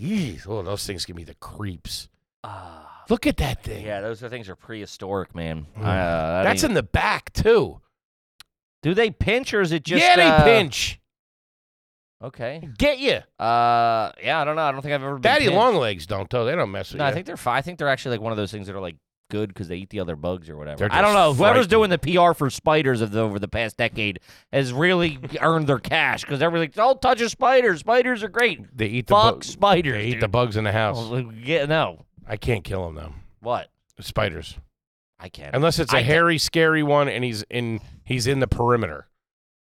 [SPEAKER 1] Jeez, oh, those things give me the creeps.
[SPEAKER 2] Ah.
[SPEAKER 1] Look at that thing.
[SPEAKER 2] yeah, those are things are prehistoric, man.
[SPEAKER 1] Mm.
[SPEAKER 2] Uh, I
[SPEAKER 1] That's
[SPEAKER 2] mean,
[SPEAKER 1] in the back too.
[SPEAKER 2] do they pinch or is it just?
[SPEAKER 1] yeah, they
[SPEAKER 2] uh,
[SPEAKER 1] pinch.
[SPEAKER 2] Okay.
[SPEAKER 1] Get you.
[SPEAKER 2] Uh, yeah, I don't know. I don't think I've ever been.
[SPEAKER 1] Daddy
[SPEAKER 2] pinched.
[SPEAKER 1] long legs don't though. They don't mess with
[SPEAKER 2] No,
[SPEAKER 1] you.
[SPEAKER 2] I think they're fine. I think they're actually like one of those things that are like good because they eat the other bugs or whatever.
[SPEAKER 1] They're
[SPEAKER 2] I don't
[SPEAKER 1] just
[SPEAKER 2] know. Whoever's doing
[SPEAKER 1] frightening.
[SPEAKER 2] the PR for spiders of the, over the past decade has really earned their cash because they're like, don't touch a spider. Spiders are great.
[SPEAKER 1] they eat the
[SPEAKER 2] Fuck
[SPEAKER 1] bugs.
[SPEAKER 2] spiders.
[SPEAKER 1] They eat
[SPEAKER 2] dude. Oh,
[SPEAKER 1] the bugs in the house.
[SPEAKER 2] Well, yeah, no.
[SPEAKER 1] I can't kill them though.
[SPEAKER 2] What?
[SPEAKER 1] Spiders,
[SPEAKER 2] I can't.
[SPEAKER 1] unless it's a
[SPEAKER 2] I d-
[SPEAKER 1] hairy, scary one, and he's in he's in the perimeter.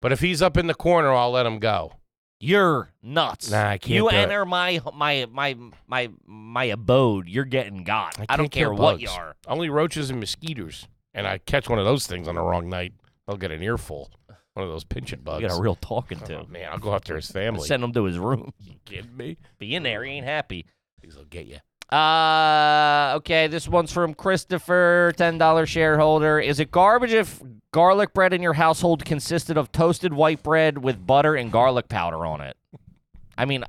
[SPEAKER 1] But if he's up in the corner, I'll let him go.
[SPEAKER 2] You're nuts.
[SPEAKER 1] Nah, I can't
[SPEAKER 2] You
[SPEAKER 1] do it.
[SPEAKER 2] enter my my my my my abode. You're getting got. I, don't
[SPEAKER 1] can't kill
[SPEAKER 2] care what
[SPEAKER 1] bugs.
[SPEAKER 2] you are.
[SPEAKER 1] Only roaches and mosquitoes. And I catch one of those things on the wrong night, I'll get an earful. One of those pinching bugs.
[SPEAKER 2] You got a real talking to.
[SPEAKER 1] oh, man, I'll go after his family.
[SPEAKER 2] Send him to his room.
[SPEAKER 1] you kidding me?
[SPEAKER 2] Be in there. He ain't happy.
[SPEAKER 1] These will get you.
[SPEAKER 2] Uh, okay. This one's from Christopher, ten dollar shareholder. Is it garbage if garlic bread in your household consisted of toasted white bread with butter and garlic powder on it? I mean,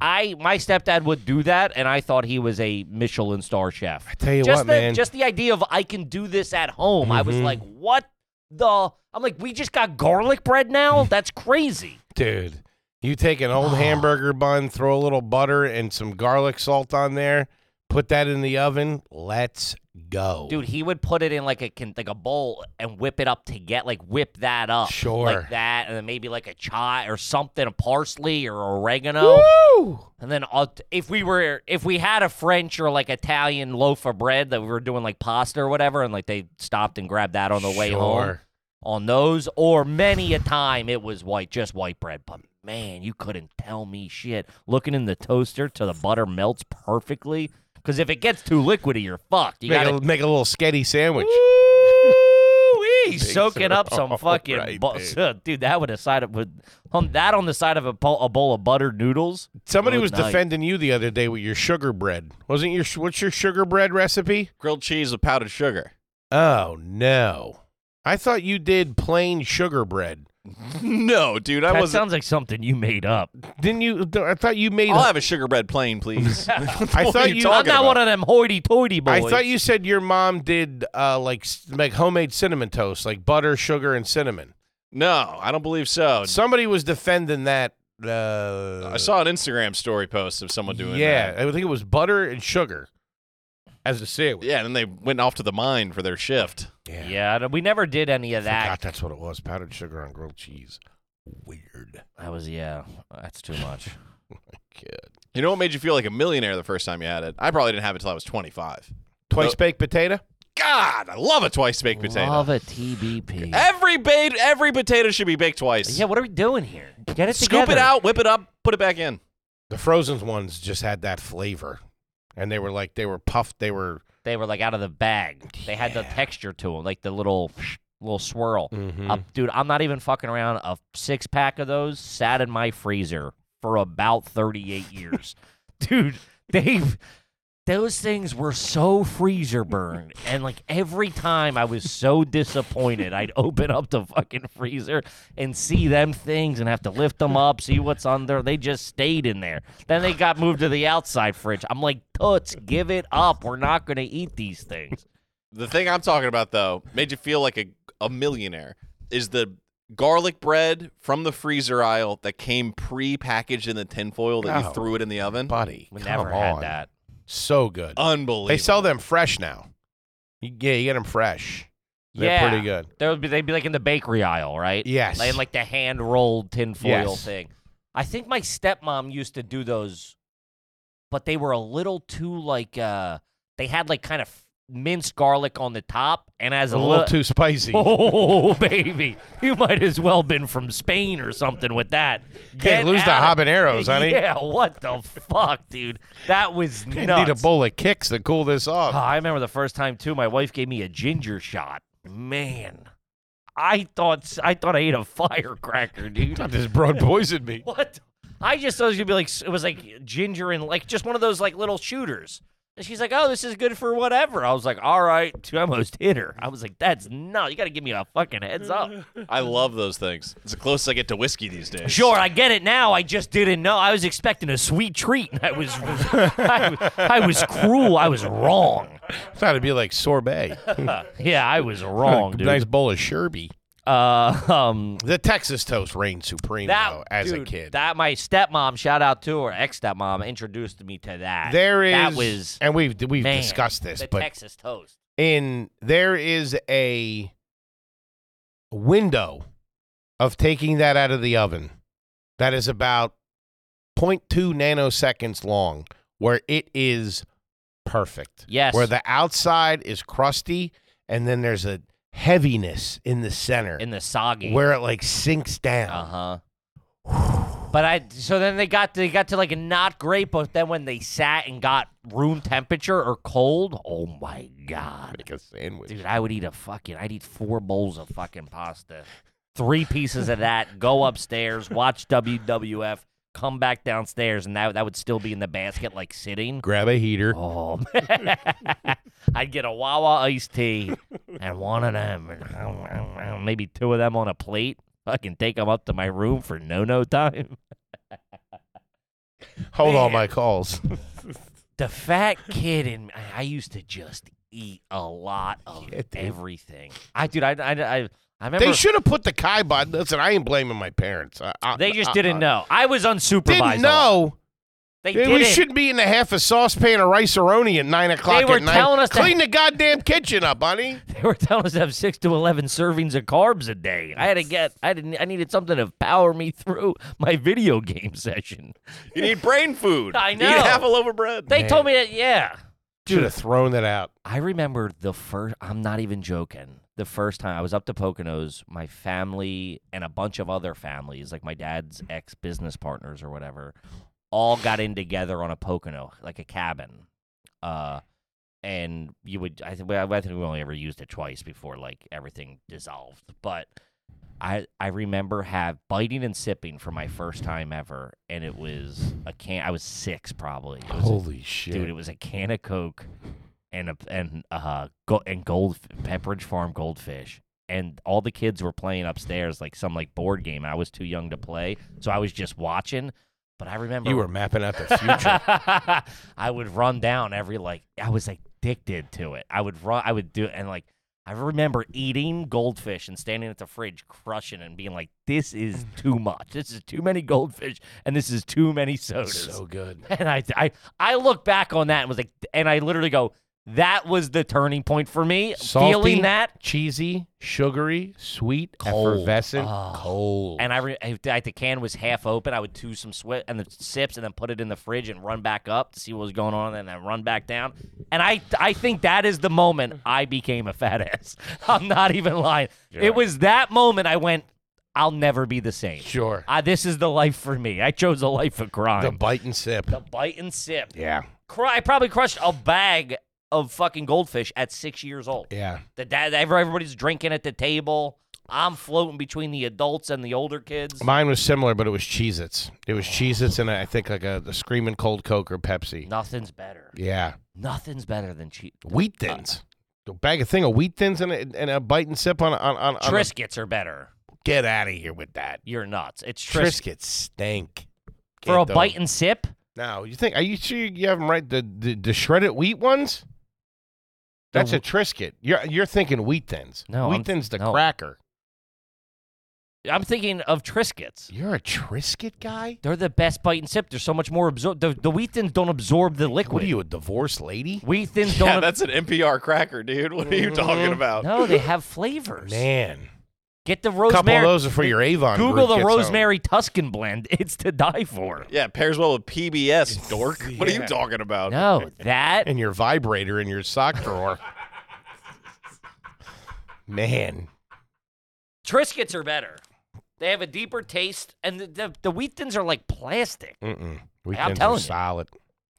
[SPEAKER 2] I my stepdad would do that, and I thought he was a Michelin star chef. I
[SPEAKER 1] tell you
[SPEAKER 2] just
[SPEAKER 1] what,
[SPEAKER 2] the,
[SPEAKER 1] man. Mm-hmm.
[SPEAKER 2] Just the idea of I can do this at home. I was like, what the? I'm like, we just got garlic bread now. That's crazy.
[SPEAKER 1] Dude, you take an old hamburger bun, throw a little butter and some garlic salt on there, put that in the oven. Let's go.
[SPEAKER 2] Dude, he would put it in like a can, like a bowl and whip it up to get like whip that up,
[SPEAKER 1] Sure.
[SPEAKER 2] like that, and then maybe like a chai or something, a parsley or oregano,
[SPEAKER 1] Woo!
[SPEAKER 2] and then i if we were if we had a French or like Italian loaf of bread that we were doing like pasta or whatever, and like they stopped and grabbed that on the way home
[SPEAKER 1] Sure.
[SPEAKER 2] on those, or many a time it was white, just white bread, but. Man, you couldn't tell me shit. Looking in the toaster till the butter melts perfectly. Because if it gets too liquidy, you're fucked. You
[SPEAKER 1] Make,
[SPEAKER 2] gotta
[SPEAKER 1] a, make a little sketty sandwich.
[SPEAKER 2] Ooh-wee,
[SPEAKER 1] Big
[SPEAKER 2] soaking up some
[SPEAKER 1] throw.
[SPEAKER 2] fucking
[SPEAKER 1] Right,
[SPEAKER 2] bu- dude. that would have side up with on that on the side of a, bo- a bowl of buttered noodles.
[SPEAKER 1] Somebody
[SPEAKER 2] Good
[SPEAKER 1] was
[SPEAKER 2] night.
[SPEAKER 1] defending you the other day with your sugar bread. Wasn't your what's your sugar bread recipe?
[SPEAKER 4] Grilled cheese with powdered sugar.
[SPEAKER 1] Oh no. I thought you did plain sugar bread.
[SPEAKER 4] No, dude, I
[SPEAKER 2] That
[SPEAKER 4] wasn't.
[SPEAKER 2] sounds like something you made up.
[SPEAKER 1] Didn't you I thought you made
[SPEAKER 4] I'll have a sugar bread plain, please.
[SPEAKER 1] I thought
[SPEAKER 4] you
[SPEAKER 1] you
[SPEAKER 2] Oh, I'm
[SPEAKER 4] talking
[SPEAKER 2] not
[SPEAKER 4] about?
[SPEAKER 2] one of them hoity-toity boys.
[SPEAKER 1] I thought you said your mom did uh, like s- like homemade cinnamon toast, like butter, sugar, and cinnamon.
[SPEAKER 4] no, I don't believe so.
[SPEAKER 1] Somebody was defending that. Uh,
[SPEAKER 4] I saw an Instagram story post of someone doing
[SPEAKER 1] yeah,
[SPEAKER 4] that.
[SPEAKER 1] I think it was butter and sugar as a sandwich.
[SPEAKER 4] Yeah, and then they went off to the mine for their shift.
[SPEAKER 2] Yeah, th- we never did any
[SPEAKER 1] Oh,
[SPEAKER 2] of
[SPEAKER 1] God,
[SPEAKER 2] that.
[SPEAKER 1] that's what it was. Powdered sugar on grilled cheese. Weird.
[SPEAKER 2] That was yeah. That's too much.
[SPEAKER 1] Good.
[SPEAKER 4] You know what made you feel like a millionaire the first time you had it? I probably didn't have it till I was 25.
[SPEAKER 1] Twice
[SPEAKER 4] Oh.
[SPEAKER 1] baked potato.
[SPEAKER 4] God, I love a twice baked potato.
[SPEAKER 2] Love a TBP.
[SPEAKER 4] Every ba- every potato should be baked twice.
[SPEAKER 2] Yeah, what are we doing here? Get it
[SPEAKER 4] Scoop
[SPEAKER 2] together.
[SPEAKER 4] it out, whip it up, put it back in.
[SPEAKER 1] The frozen ones just had that flavor, and they were like they were puffed. They were.
[SPEAKER 2] They were like out of the bag. They had the texture to them, like the little little swirl. Uh, dude, I'm not even fucking around. A six pack of those sat in my freezer for about 38 years. dude, they those things were so freezer burned. And like every time I was so disappointed, I'd open up the fucking freezer and see them things and have to lift them up, see what's under. They just stayed in there. Then they got moved to the outside fridge. I'm like, Toots, give it up. We're not going to eat these things.
[SPEAKER 4] The thing I'm talking about though made you feel like a a millionaire is the garlic bread from the freezer aisle that came pre-packaged in the tinfoil that
[SPEAKER 1] Oh.
[SPEAKER 4] you threw it in the oven.
[SPEAKER 1] buddy,
[SPEAKER 2] We
[SPEAKER 1] come
[SPEAKER 2] never
[SPEAKER 1] on.
[SPEAKER 2] had that.
[SPEAKER 1] So good.
[SPEAKER 4] Unbelievable.
[SPEAKER 1] they sell them fresh now. You- Yeah, you get them fresh. They're
[SPEAKER 2] yeah.
[SPEAKER 1] pretty good.
[SPEAKER 2] There would be they'd be like in the bakery aisle, right?
[SPEAKER 1] Yes.
[SPEAKER 2] Like, in, like the hand rolled tinfoil
[SPEAKER 1] Yes.
[SPEAKER 2] thing. I think my stepmom used to do those, but they were a little too like uh they had like kind of minced garlic on the top and as
[SPEAKER 1] a
[SPEAKER 2] a,
[SPEAKER 1] little
[SPEAKER 2] li-
[SPEAKER 1] too spicy.
[SPEAKER 2] Oh baby. You might as well been from Spain or something with that.
[SPEAKER 1] Can't
[SPEAKER 2] Get
[SPEAKER 1] lose the
[SPEAKER 2] out of-
[SPEAKER 1] habaneros, honey.
[SPEAKER 2] Yeah, what the fuck, dude? That was
[SPEAKER 1] You
[SPEAKER 2] nuts.
[SPEAKER 1] Need a bowl of kicks to cool this
[SPEAKER 2] Oh,
[SPEAKER 1] off.
[SPEAKER 2] I remember the first time too. My wife gave me a ginger shot. Man, I thought I thought I ate a firecracker, dude.
[SPEAKER 1] This broad poisoned me.
[SPEAKER 2] what? I just thought it was gonna be like it was like ginger and like just one of those like little shooters. And she's like, "Oh, this is good for whatever." I was like, "All right." She almost hit her. I was like, "That's not. You gotta give me a fucking heads up."
[SPEAKER 4] I love those things. It's the closest I get to whiskey these days.
[SPEAKER 2] Sure, I get it now. I just didn't know. I was expecting a sweet treat. and I was, I, was- I was cruel. I was wrong.
[SPEAKER 1] Thought it'd be like sorbet.
[SPEAKER 2] Yeah, I was wrong, dude.
[SPEAKER 1] nice bowl of sherby.
[SPEAKER 2] Uh, um,
[SPEAKER 1] The Texas toast reigned supreme
[SPEAKER 2] that
[SPEAKER 1] though, as a
[SPEAKER 2] dude,
[SPEAKER 1] kid.
[SPEAKER 2] That my stepmom, shout out to her ex stepmom, introduced me to that.
[SPEAKER 1] there is
[SPEAKER 2] that was
[SPEAKER 1] and we've we've
[SPEAKER 2] man,
[SPEAKER 1] discussed this,
[SPEAKER 2] the
[SPEAKER 1] but
[SPEAKER 2] Texas toast.
[SPEAKER 1] in there is a window of taking that out of the oven that is about 0.2 nanoseconds long where it is perfect
[SPEAKER 2] Yes.
[SPEAKER 1] where the outside is crusty and then there's a heaviness in the center
[SPEAKER 2] in the Uh-huh. soggy.
[SPEAKER 1] where it like sinks down
[SPEAKER 2] uh huh. But I so then they got they got to like not great, but then when they sat and got room temperature or cold, oh my god,
[SPEAKER 1] Make a sandwich.
[SPEAKER 2] dude, I would eat a fucking I'd eat four bowls of fucking pasta, three pieces of that, go upstairs, watch WWF, come back downstairs, and that that would still be in the basket like sitting.
[SPEAKER 1] Grab a heater.
[SPEAKER 2] Oh man, I'd get a Wawa iced tea and one of them, and maybe two of them on a plate. Fucking take them up to my room for no no time.
[SPEAKER 1] Hold on, my calls.
[SPEAKER 2] the fat kid in me- I used to just eat a lot of everything. I dude, I I I, I remember
[SPEAKER 1] They should have put the Kai bod. Listen, I ain't blaming my parents. I, I,
[SPEAKER 2] they just
[SPEAKER 1] I-
[SPEAKER 2] didn't
[SPEAKER 1] I
[SPEAKER 2] know. I was unsupervised. a
[SPEAKER 1] Didn't
[SPEAKER 2] lot.
[SPEAKER 1] know.
[SPEAKER 2] They
[SPEAKER 1] Hey,
[SPEAKER 2] didn't.
[SPEAKER 1] we shouldn't be eating a half a saucepan of rice aroni at nine o'clock.
[SPEAKER 2] were
[SPEAKER 1] at night.
[SPEAKER 2] telling us to-
[SPEAKER 1] clean the goddamn kitchen up, honey.
[SPEAKER 2] They were telling us to have six to eleven servings of carbs a day. I had to get. I didn't. I needed something to power me through my video game session.
[SPEAKER 4] You need brain food.
[SPEAKER 2] I know.
[SPEAKER 4] You need half a loaf of bread.
[SPEAKER 2] They told me that. Yeah.
[SPEAKER 1] Should have thrown that out.
[SPEAKER 2] I remember the first, I'm not even joking. The first time I was up to Poconos, my family and a bunch of other families, like my dad's ex business partners or whatever, all got in together on a Pocono, like a cabin. Uh, and you would, I, think well, I think we only ever used it twice before like everything dissolved. But I, I remember have biting and sipping for my first time ever. And it was a can, I was six probably. It was a-
[SPEAKER 1] Holy shit!
[SPEAKER 2] dude. It was a can of Coke and a and uh go, and gold Pepperidge Farm goldfish. And all the kids were playing upstairs like some like board game. I was too young to play, so I was just watching. But I remember
[SPEAKER 1] you were mapping out the future.
[SPEAKER 2] I would run down every like I was like addicted to it. I would run I would do and like I remember eating goldfish and standing at the fridge crushing it and being like, This is
[SPEAKER 1] Mm.
[SPEAKER 2] too much. This is too many goldfish and this is too many sodas.
[SPEAKER 1] so good.
[SPEAKER 2] And I, I, I look back on that and was like, and I literally go, that was the turning point for me.
[SPEAKER 1] Salty,
[SPEAKER 2] Feeling that.
[SPEAKER 1] cheesy, sugary, sweet,
[SPEAKER 2] Cold.
[SPEAKER 1] effervescent,
[SPEAKER 2] Oh.
[SPEAKER 1] cold.
[SPEAKER 2] And I, re- I, like the can was half open. I would do some sweat and the sips, and then put it in the fridge and run back up to see what was going on, and then run back down. And I, I think that is the moment I became a fat ass. I'm not even lying. It was that moment I went, I'll never be the same.
[SPEAKER 1] sure.
[SPEAKER 2] Ah, this is the life for me. I chose a life of crime.
[SPEAKER 1] the bite and sip.
[SPEAKER 2] the bite and sip.
[SPEAKER 1] yeah,
[SPEAKER 2] cr- I probably crushed a bag of fucking goldfish at six years old.
[SPEAKER 1] yeah.
[SPEAKER 2] The dad, every- everybody's drinking at the table. I'm floating between the adults and the older kids.
[SPEAKER 1] Mine was similar, but it was Cheez-Its. It was Cheez-Its and I think like a, a screaming cold Coke or Pepsi.
[SPEAKER 2] Nothing's better.
[SPEAKER 1] Yeah,
[SPEAKER 2] Nothing's better than cheat.
[SPEAKER 1] wheat
[SPEAKER 2] Uh,
[SPEAKER 1] thins. a bag of thing of wheat thins and a, and a bite and sip on a- on on. on a-
[SPEAKER 2] Triscuits are better.
[SPEAKER 1] get out of here with that.
[SPEAKER 2] You're nuts. It's Triscuits.
[SPEAKER 1] Triscuits stink.
[SPEAKER 2] For a
[SPEAKER 1] Can't do
[SPEAKER 2] bite
[SPEAKER 1] 'em.
[SPEAKER 2] and sip?
[SPEAKER 1] No, you think? Are you sure you have them right? The, the the shredded wheat ones. That's a Triscuit. You're you're thinking wheat thins.
[SPEAKER 2] No,
[SPEAKER 1] wheat
[SPEAKER 2] I'm-
[SPEAKER 1] thins the
[SPEAKER 2] no.
[SPEAKER 1] cracker.
[SPEAKER 2] I'm thinking of Triscuits.
[SPEAKER 1] You're a Triscuit guy.
[SPEAKER 2] They're the best bite and sip. They're so much more absorbed. The, the wheat thins don't absorb the liquid.
[SPEAKER 1] What are you, a divorced lady?
[SPEAKER 2] Wheat thins don't.
[SPEAKER 4] yeah,
[SPEAKER 2] ab-
[SPEAKER 4] that's an NPR cracker, dude. What are you talking about?
[SPEAKER 2] no, they have flavors.
[SPEAKER 1] Man,
[SPEAKER 2] Get the
[SPEAKER 1] a couple of
[SPEAKER 2] rosemary.
[SPEAKER 1] those are for your Avon.
[SPEAKER 2] Google
[SPEAKER 1] group
[SPEAKER 2] the
[SPEAKER 1] gets home.
[SPEAKER 2] rosemary Tuscan blend. It's to die for.
[SPEAKER 4] Yeah, it pairs well with PBS, dork. What are you
[SPEAKER 1] Yeah.
[SPEAKER 4] talking about?
[SPEAKER 2] No, that
[SPEAKER 1] and your vibrator in your sock drawer. Man,
[SPEAKER 2] Triscuits are better. They have a deeper taste, and the the, the wheat thins are like plastic.
[SPEAKER 1] Mm-mm. wheat
[SPEAKER 2] I'm
[SPEAKER 1] thins
[SPEAKER 2] telling
[SPEAKER 1] are
[SPEAKER 2] you.
[SPEAKER 1] solid.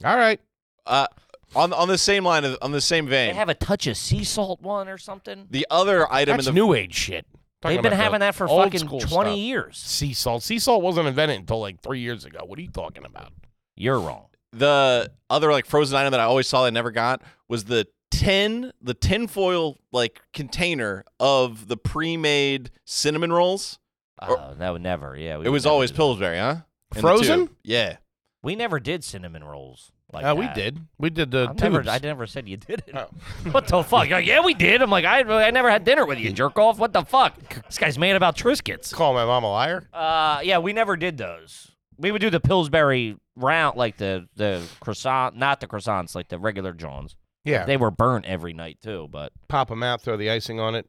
[SPEAKER 1] All right,
[SPEAKER 4] Uh, on on the same line, of, on the same
[SPEAKER 2] They
[SPEAKER 4] vein,
[SPEAKER 2] have a touch of sea salt one or something.
[SPEAKER 4] the other item
[SPEAKER 1] that's
[SPEAKER 4] in the
[SPEAKER 1] new age shit. Talking
[SPEAKER 2] They've been
[SPEAKER 1] about the
[SPEAKER 2] having that for
[SPEAKER 1] old
[SPEAKER 2] fucking
[SPEAKER 1] school
[SPEAKER 2] twenty
[SPEAKER 1] stuff.
[SPEAKER 2] years.
[SPEAKER 1] Sea salt. Sea salt wasn't invented until like three years ago. What are you talking about?
[SPEAKER 2] You're wrong.
[SPEAKER 4] the other like frozen item that I always saw that I never got was the tin the tinfoil like container of the pre-made cinnamon rolls.
[SPEAKER 2] Oh,
[SPEAKER 4] Or-
[SPEAKER 2] that would never. Yeah, we
[SPEAKER 4] it
[SPEAKER 2] would
[SPEAKER 4] was
[SPEAKER 2] never
[SPEAKER 4] always
[SPEAKER 2] do that.
[SPEAKER 4] Pillsbury, huh? In the
[SPEAKER 1] Frozen?
[SPEAKER 4] tube. Yeah.
[SPEAKER 2] We never did cinnamon rolls like
[SPEAKER 1] Uh,
[SPEAKER 2] that.
[SPEAKER 1] we did. We did the
[SPEAKER 2] I've
[SPEAKER 1] tubes.
[SPEAKER 2] never, I never said you did it.
[SPEAKER 1] Oh.
[SPEAKER 2] what the fuck? Like, yeah, we did. I'm like, I, I never had dinner with you, jerk off. What the fuck? This guy's mad about Triscuits.
[SPEAKER 1] Call my mom a liar.
[SPEAKER 2] Uh, yeah, we never did those. We would do the Pillsbury round, like the the croissant, not the croissants, like the regular Johns.
[SPEAKER 1] Yeah,
[SPEAKER 2] They were burnt every night too, but
[SPEAKER 1] pop them out, throw the icing on it.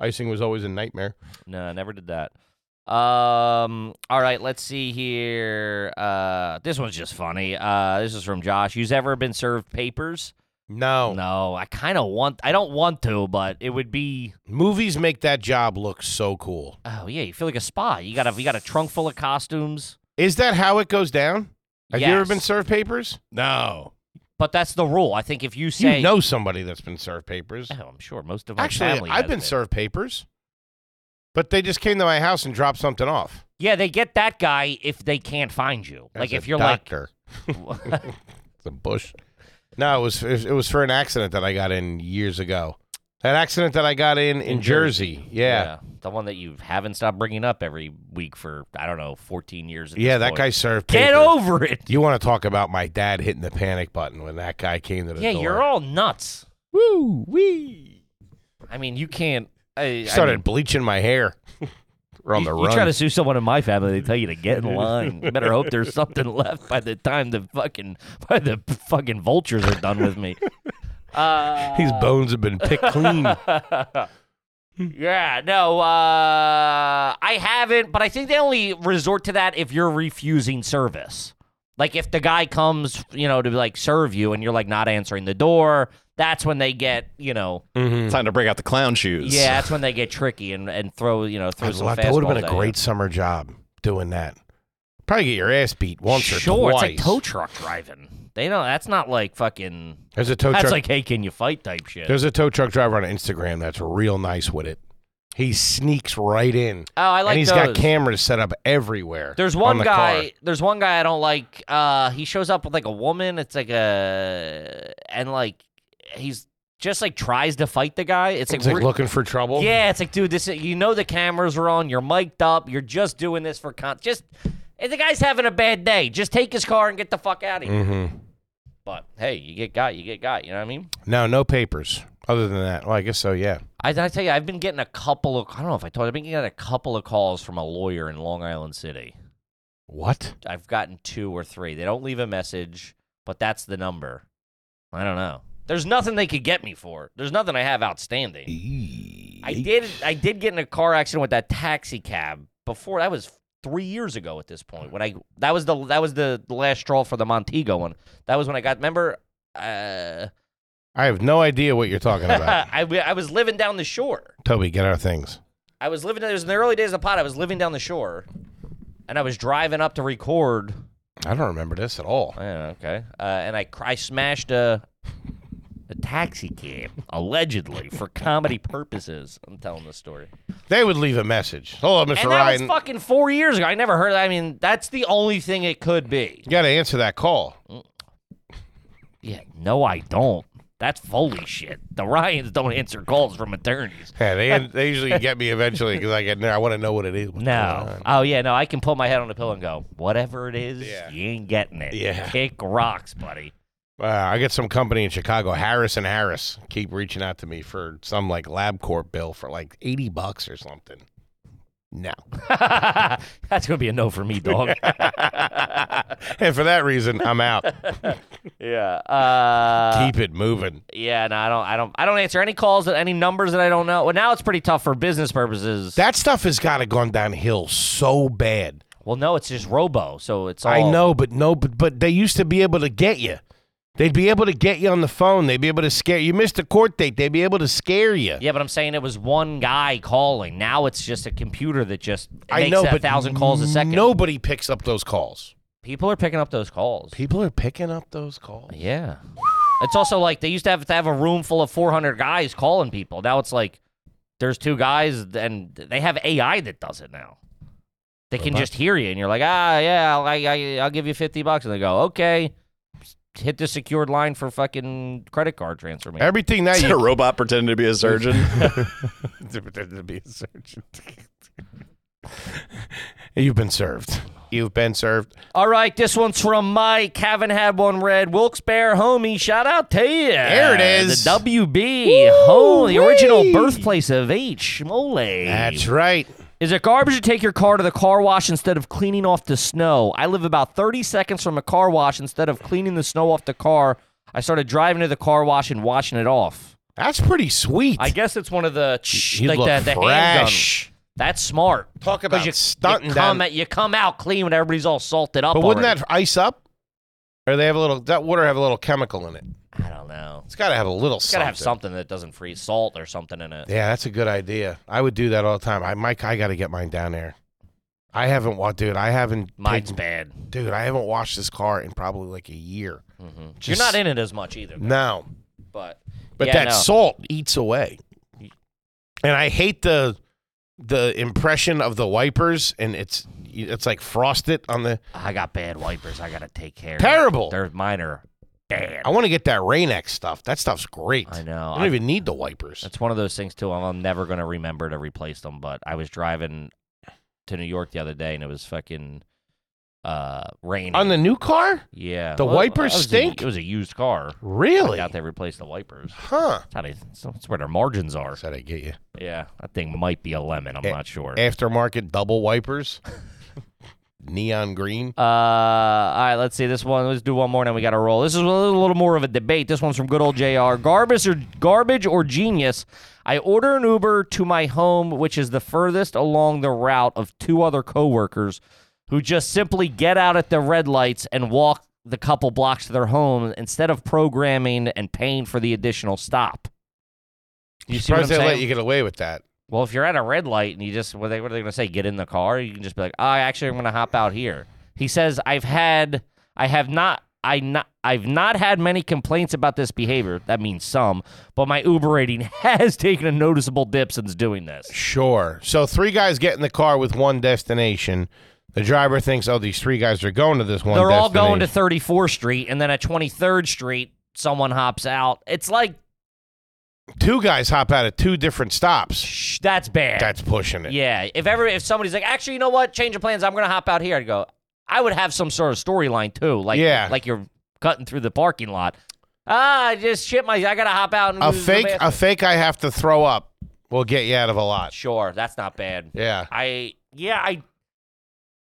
[SPEAKER 1] Icing was always a nightmare.
[SPEAKER 2] no, I never did that. Um, all right, let's see here. Uh, this one's just funny. Uh, this is from Josh. You've ever been served papers?
[SPEAKER 1] No.
[SPEAKER 2] No, I kind of want. I don't want to, but it would be.
[SPEAKER 1] movies make that job look so cool.
[SPEAKER 2] Oh yeah, you feel like a spy. You got a you got a trunk full of costumes.
[SPEAKER 1] Is that how it goes down? Have you ever
[SPEAKER 2] Yes.
[SPEAKER 1] been served papers? No.
[SPEAKER 2] But that's the rule. I think if you
[SPEAKER 1] You
[SPEAKER 2] say
[SPEAKER 1] know somebody that's been served papers.
[SPEAKER 2] Oh, I'm sure most of my
[SPEAKER 1] Actually,
[SPEAKER 2] family
[SPEAKER 1] I've
[SPEAKER 2] has
[SPEAKER 1] been served papers, but they just came to my house and dropped something off.
[SPEAKER 2] Yeah, they get that guy if they can't find you.
[SPEAKER 1] As
[SPEAKER 2] like
[SPEAKER 1] a
[SPEAKER 2] if you're
[SPEAKER 1] doctor,
[SPEAKER 2] like
[SPEAKER 1] the bush. No, it was it was for an accident that I got in years ago. An accident that I got in in,
[SPEAKER 2] In
[SPEAKER 1] Jersey. Yeah.
[SPEAKER 2] the one that you haven't stopped bringing up every week for I don't know 14 years. at
[SPEAKER 1] Yeah,
[SPEAKER 2] this
[SPEAKER 1] that
[SPEAKER 2] point.
[SPEAKER 1] guy served
[SPEAKER 2] Get
[SPEAKER 1] papers.
[SPEAKER 2] over it.
[SPEAKER 1] You want to talk about my dad hitting the panic button when that guy came to the
[SPEAKER 2] Yeah,
[SPEAKER 1] door?
[SPEAKER 2] you're all nuts.
[SPEAKER 1] Woo wee.
[SPEAKER 2] I mean, you can't. I,
[SPEAKER 1] Started
[SPEAKER 2] I mean,
[SPEAKER 1] bleaching my hair. We're on
[SPEAKER 2] you,
[SPEAKER 1] the
[SPEAKER 2] you
[SPEAKER 1] run.
[SPEAKER 2] try to sue someone in my family, they tell you to get in line. You better hope there's something left by the time the fucking by the fucking vultures are done with me. Uh,
[SPEAKER 1] His bones have been picked clean.
[SPEAKER 2] yeah, no, uh, I haven't, but I think they only resort to that if you're refusing service. Like if the guy comes, you know, to like serve you and you're like not answering the door, that's when they get, you know,
[SPEAKER 1] Mhm.
[SPEAKER 4] Time to break out the clown shoes.
[SPEAKER 2] yeah, that's when they get tricky and, and throw, you know, throw
[SPEAKER 1] I'd
[SPEAKER 2] some
[SPEAKER 1] love- that would have
[SPEAKER 2] fastballs
[SPEAKER 1] been a
[SPEAKER 2] at you.
[SPEAKER 1] great summer job doing that. Probably get your ass beat once
[SPEAKER 2] sure,
[SPEAKER 1] or twice.
[SPEAKER 2] it's like tow truck driving. They don't. That's not like fucking.
[SPEAKER 1] There's a tow
[SPEAKER 2] that's
[SPEAKER 1] truck.
[SPEAKER 2] like, hey, can you fight type shit.
[SPEAKER 1] there's a tow truck driver on Instagram that's real nice with it. He sneaks right in,
[SPEAKER 2] oh, I like
[SPEAKER 1] and he's
[SPEAKER 2] those.
[SPEAKER 1] got cameras set up everywhere.
[SPEAKER 2] There's
[SPEAKER 1] on
[SPEAKER 2] one
[SPEAKER 1] the
[SPEAKER 2] guy.
[SPEAKER 1] car.
[SPEAKER 2] There's one guy I don't like. Uh, he shows up with like a woman. It's like a and like he's just like tries to fight the guy. It's like,
[SPEAKER 1] It's like
[SPEAKER 2] re-
[SPEAKER 1] looking for trouble.
[SPEAKER 2] yeah, it's like dude, this is- you know the cameras are on. You're mic'd up. You're just doing this for con. Just if the guy's having a bad day, just take his car and get the fuck out of here.
[SPEAKER 1] hmm
[SPEAKER 2] But hey, you get got, you get got. You know what I mean?
[SPEAKER 1] No, no papers. Other than that, well, I guess so. Yeah.
[SPEAKER 2] I, I tell you, I've been getting a couple of. I don't know if I told. you, I've been getting a couple of calls from a lawyer in Long Island City.
[SPEAKER 1] What?
[SPEAKER 2] I've gotten two or three. They don't leave a message, but that's the number. I don't know. There's nothing they could get me for. There's nothing I have outstanding. I did I did get in a car accident with that taxi cab before that was three years ago at this point. When I that was the that was the last straw for the Montego one. That was when I got remember uh
[SPEAKER 1] I have no idea what you're talking about.
[SPEAKER 2] I, I was living down the shore.
[SPEAKER 1] Toby, get our things.
[SPEAKER 2] I was living. It was in the early days of the pod. I was living down the shore, and I was driving up to record.
[SPEAKER 1] I don't remember this at all.
[SPEAKER 2] I don't know, okay, uh, and I cr- I smashed a a taxi cab allegedly for comedy purposes. I'm telling this story,
[SPEAKER 1] They would leave a message. Hello, Mr.
[SPEAKER 2] and that was
[SPEAKER 1] Ryan.
[SPEAKER 2] fucking four years ago. I never heard. I mean, that's the only thing it could be.
[SPEAKER 1] you got to answer that call.
[SPEAKER 2] Yeah, no, I don't. That's Foley shit. The Ryans don't answer calls from attorneys.
[SPEAKER 1] Yeah, they, they usually get me eventually because I get I want to know what it is. what's going
[SPEAKER 2] No.
[SPEAKER 1] on.
[SPEAKER 2] Oh yeah, no, I can put my head on the pillow and go, whatever it is,
[SPEAKER 1] Yeah.
[SPEAKER 2] you ain't getting it.
[SPEAKER 1] Yeah.
[SPEAKER 2] Kick rocks, buddy.
[SPEAKER 1] Uh, I get some company in Chicago, Harris and Harris, keep reaching out to me for some like LabCorp bill for like eighty bucks or something. No,
[SPEAKER 2] That's gonna be a no for me, dog.
[SPEAKER 1] and for that reason, I'm out.
[SPEAKER 2] yeah. Uh,
[SPEAKER 1] keep it moving.
[SPEAKER 2] yeah. No, I don't. I don't. I don't answer any calls that any numbers that I don't know. Well, now it's pretty tough for business purposes.
[SPEAKER 1] That stuff has got to gone downhill so bad.
[SPEAKER 2] well, no, it's just Robo, so it's all.
[SPEAKER 1] I know, but no, but but they used to be able to get you. They'd be able to get you on the phone. They'd be able to scare you. Missed a court date. They'd be able to scare you.
[SPEAKER 2] Yeah, but I'm saying it was one guy calling. Now it's just a computer that just makes
[SPEAKER 1] I know,
[SPEAKER 2] a
[SPEAKER 1] but
[SPEAKER 2] thousand calls a second.
[SPEAKER 1] Nobody picks up those calls.
[SPEAKER 2] people are picking up those calls.
[SPEAKER 1] People are picking up those calls.
[SPEAKER 2] Yeah. It's also like they used to have to have a room full of 400 guys calling people. Now it's like there's two guys and they have AI that does it now. They can just hear you and you're like, ah, yeah, I'll, I, I, I'll give you 50 bucks. And they go, okay, hit the secured line for fucking credit card transfer. me."
[SPEAKER 1] Everything that
[SPEAKER 4] Is it
[SPEAKER 1] you
[SPEAKER 4] a robot pretending to be a surgeon?
[SPEAKER 1] pretended to be a surgeon. You've been served. You've been served.
[SPEAKER 2] All right, this one's from Mike. Haven't had one read. Wilkes Bear, homie. Shout out to you.
[SPEAKER 1] There it is.
[SPEAKER 2] The WB, home, the original birthplace of H. Mole.
[SPEAKER 1] That's right.
[SPEAKER 2] Is it garbage to take your car to the car wash instead of cleaning off the snow? I live about 30 seconds from a car wash. Instead of cleaning the snow off the car, I started driving to the car wash and washing it off.
[SPEAKER 1] That's pretty sweet.
[SPEAKER 2] I guess it's one of the tsh,
[SPEAKER 1] You
[SPEAKER 2] like
[SPEAKER 1] look
[SPEAKER 2] the, the handgun.
[SPEAKER 1] fresh.
[SPEAKER 2] That's smart.
[SPEAKER 1] Talk
[SPEAKER 2] 'Cause
[SPEAKER 1] about
[SPEAKER 2] you,
[SPEAKER 1] stunting
[SPEAKER 2] You come,
[SPEAKER 1] down-
[SPEAKER 2] at- you come out clean when everybody's all salted up.
[SPEAKER 1] But wouldn't
[SPEAKER 2] already.
[SPEAKER 1] that ice up? Or they have a little that water have a little chemical in it.
[SPEAKER 2] I don't know.
[SPEAKER 1] It's got to have a little.
[SPEAKER 2] It's got to have something that doesn't freeze salt or something in it.
[SPEAKER 1] Yeah, that's a good idea. I would do that all the time. I Mike, I got to get mine down there. I haven't wa dude. I haven't.
[SPEAKER 2] Mine's
[SPEAKER 1] taken-
[SPEAKER 2] bad.
[SPEAKER 1] dude. I haven't washed this car in probably like a year.
[SPEAKER 2] Mm-hmm. You're
[SPEAKER 1] Just-
[SPEAKER 2] not in it as much either,
[SPEAKER 1] No,
[SPEAKER 2] but
[SPEAKER 1] but
[SPEAKER 2] yeah,
[SPEAKER 1] that
[SPEAKER 2] no.
[SPEAKER 1] salt eats away, and I hate the the impression of the wipers, and it's it's like frosted on the.
[SPEAKER 2] I got bad wipers. I gotta take care. of.
[SPEAKER 1] Terrible.
[SPEAKER 2] They're mine are bad.
[SPEAKER 1] I want to get that Rain-X stuff. That stuff's great.
[SPEAKER 2] I know.
[SPEAKER 1] I don't
[SPEAKER 2] I-
[SPEAKER 1] even need the wipers.
[SPEAKER 2] That's one of those things too. I'm, I'm never gonna remember to replace them. But I was driving to New York the other day, and it was fucking uh raining.
[SPEAKER 1] On the new car,
[SPEAKER 2] yeah,
[SPEAKER 1] the
[SPEAKER 2] it
[SPEAKER 1] wipers
[SPEAKER 2] was a-
[SPEAKER 1] stink?
[SPEAKER 2] it was a used car.
[SPEAKER 1] really?
[SPEAKER 2] Out they replaced the wipers.
[SPEAKER 1] Huh?
[SPEAKER 2] That's, how they, that's where their margins are.
[SPEAKER 1] That's how they get you.
[SPEAKER 2] Yeah, that thing might be a lemon. I'm
[SPEAKER 1] Eh,
[SPEAKER 2] not sure.
[SPEAKER 1] Aftermarket double wipers, neon green.
[SPEAKER 2] Uh, all right, let's see this one. Let's do one more, and then we got to roll. This is a little, little more of a debate. This one's from good old Jr. Garbage or garbage or genius? I order an Uber to my home, which is the furthest along the route of two other coworkers, who just simply get out at the red lights and walk the couple blocks to their home instead of programming and paying for the additional stop. You see what I'm
[SPEAKER 1] Surprised they
[SPEAKER 2] saying?
[SPEAKER 1] let you get away with that.
[SPEAKER 2] Well, if you're at a red light and you just what, they, what are they going to say? Get in the car. You can just be like, "Oh, "I actually, I'm going to hop out here." He says, "I've had, I have not, I not, I've not had many complaints about this behavior. That means some, but my Uber rating has taken a noticeable dip since doing this."
[SPEAKER 1] Sure. So three guys get in the car with one destination. The driver thinks, "Oh, these three guys are going to this one."
[SPEAKER 2] They're all going to
[SPEAKER 1] destination."
[SPEAKER 2] 34th Street, and then at 23rd Street, someone hops out. It's like
[SPEAKER 1] two guys hop out of two different stops.
[SPEAKER 2] shh, that's bad.
[SPEAKER 1] That's pushing it.
[SPEAKER 2] Yeah, if ever if somebody's like, actually, you know what, change of plans, I'm gonna hop out here. I'd go. I would have some sort of storyline too, like
[SPEAKER 1] Yeah.
[SPEAKER 2] like you're cutting through the parking lot. Ah, I just shit my. I gotta hop out and
[SPEAKER 1] A
[SPEAKER 2] use the
[SPEAKER 1] fake,
[SPEAKER 2] bathroom."
[SPEAKER 1] a fake. I have to throw up. Will get you out of a lot.
[SPEAKER 2] Sure, that's not bad.
[SPEAKER 1] Yeah.
[SPEAKER 2] I yeah I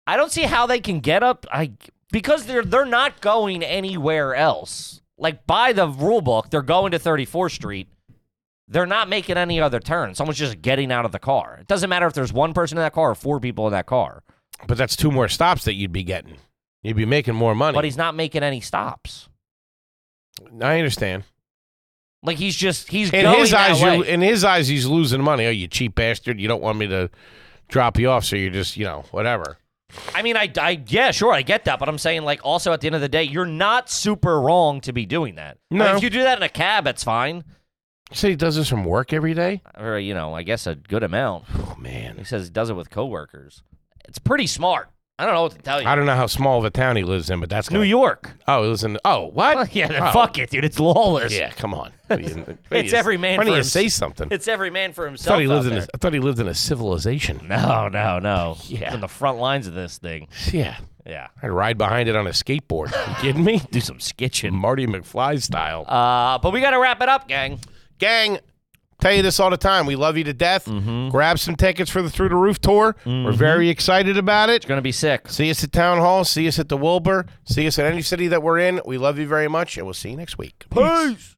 [SPEAKER 2] I don't see how they can get up. I because they're they're not going anywhere else. Like by the rule book, they're going to 34th Street. They're not making any other turn. Someone's just getting out of the car. It doesn't matter if there's one person in that car or four people in that car.
[SPEAKER 1] But that's two more stops that you'd be getting. You'd be making more money.
[SPEAKER 2] But he's not making any stops.
[SPEAKER 1] I understand.
[SPEAKER 2] Like he's just he's
[SPEAKER 1] In
[SPEAKER 2] going
[SPEAKER 1] his
[SPEAKER 2] that
[SPEAKER 1] eyes,
[SPEAKER 2] way.
[SPEAKER 1] you in his eyes, he's losing money. Oh, you cheap bastard! You don't want me to drop you off, so you're just, you know, whatever.
[SPEAKER 2] I mean, I, I yeah, sure, I get that, but I'm saying like also at the end of the day, you're not super wrong to be doing that. I mean,
[SPEAKER 1] No.
[SPEAKER 2] if you do that in a cab, it's fine.
[SPEAKER 1] You say he does this from work every day.
[SPEAKER 2] Or you know, I guess a good amount.
[SPEAKER 1] Oh man,
[SPEAKER 2] He says he does it with coworkers. It's pretty smart. I don't know what to tell you.
[SPEAKER 1] I don't know how small of a town he lives in, but that's
[SPEAKER 2] New
[SPEAKER 1] gonna-
[SPEAKER 2] York.
[SPEAKER 1] Oh, he lives in. Oh, what?
[SPEAKER 2] yeah, then
[SPEAKER 1] Oh,
[SPEAKER 2] fuck it, dude. It's lawless.
[SPEAKER 1] Yeah, come on. What do you- what do
[SPEAKER 2] It's
[SPEAKER 1] you-
[SPEAKER 2] every man
[SPEAKER 1] Why
[SPEAKER 2] for
[SPEAKER 1] don't you
[SPEAKER 2] himself.
[SPEAKER 1] say something?
[SPEAKER 2] It's every man for
[SPEAKER 1] I
[SPEAKER 2] himself.
[SPEAKER 1] thought he
[SPEAKER 2] out
[SPEAKER 1] lived in.
[SPEAKER 2] there.
[SPEAKER 1] A, I thought he lived in a civilization.
[SPEAKER 2] No, no, no.
[SPEAKER 1] Yeah.
[SPEAKER 2] On the front lines of this thing.
[SPEAKER 1] Yeah,
[SPEAKER 2] Yeah.
[SPEAKER 1] I'd ride behind it on a skateboard. You kidding me?
[SPEAKER 2] Do some skitching.
[SPEAKER 1] Marty McFly style.
[SPEAKER 2] Uh, but we got to wrap it up, gang.
[SPEAKER 1] gang tell you this all the time we love you to death
[SPEAKER 2] Mm-hmm.
[SPEAKER 1] grab some tickets for the through the roof tour we're very excited about it
[SPEAKER 2] Gonna be sick.
[SPEAKER 1] see us at town hall see us at the wilbur see us in any city that we're in we love you very much and we'll see you next week
[SPEAKER 2] Peace.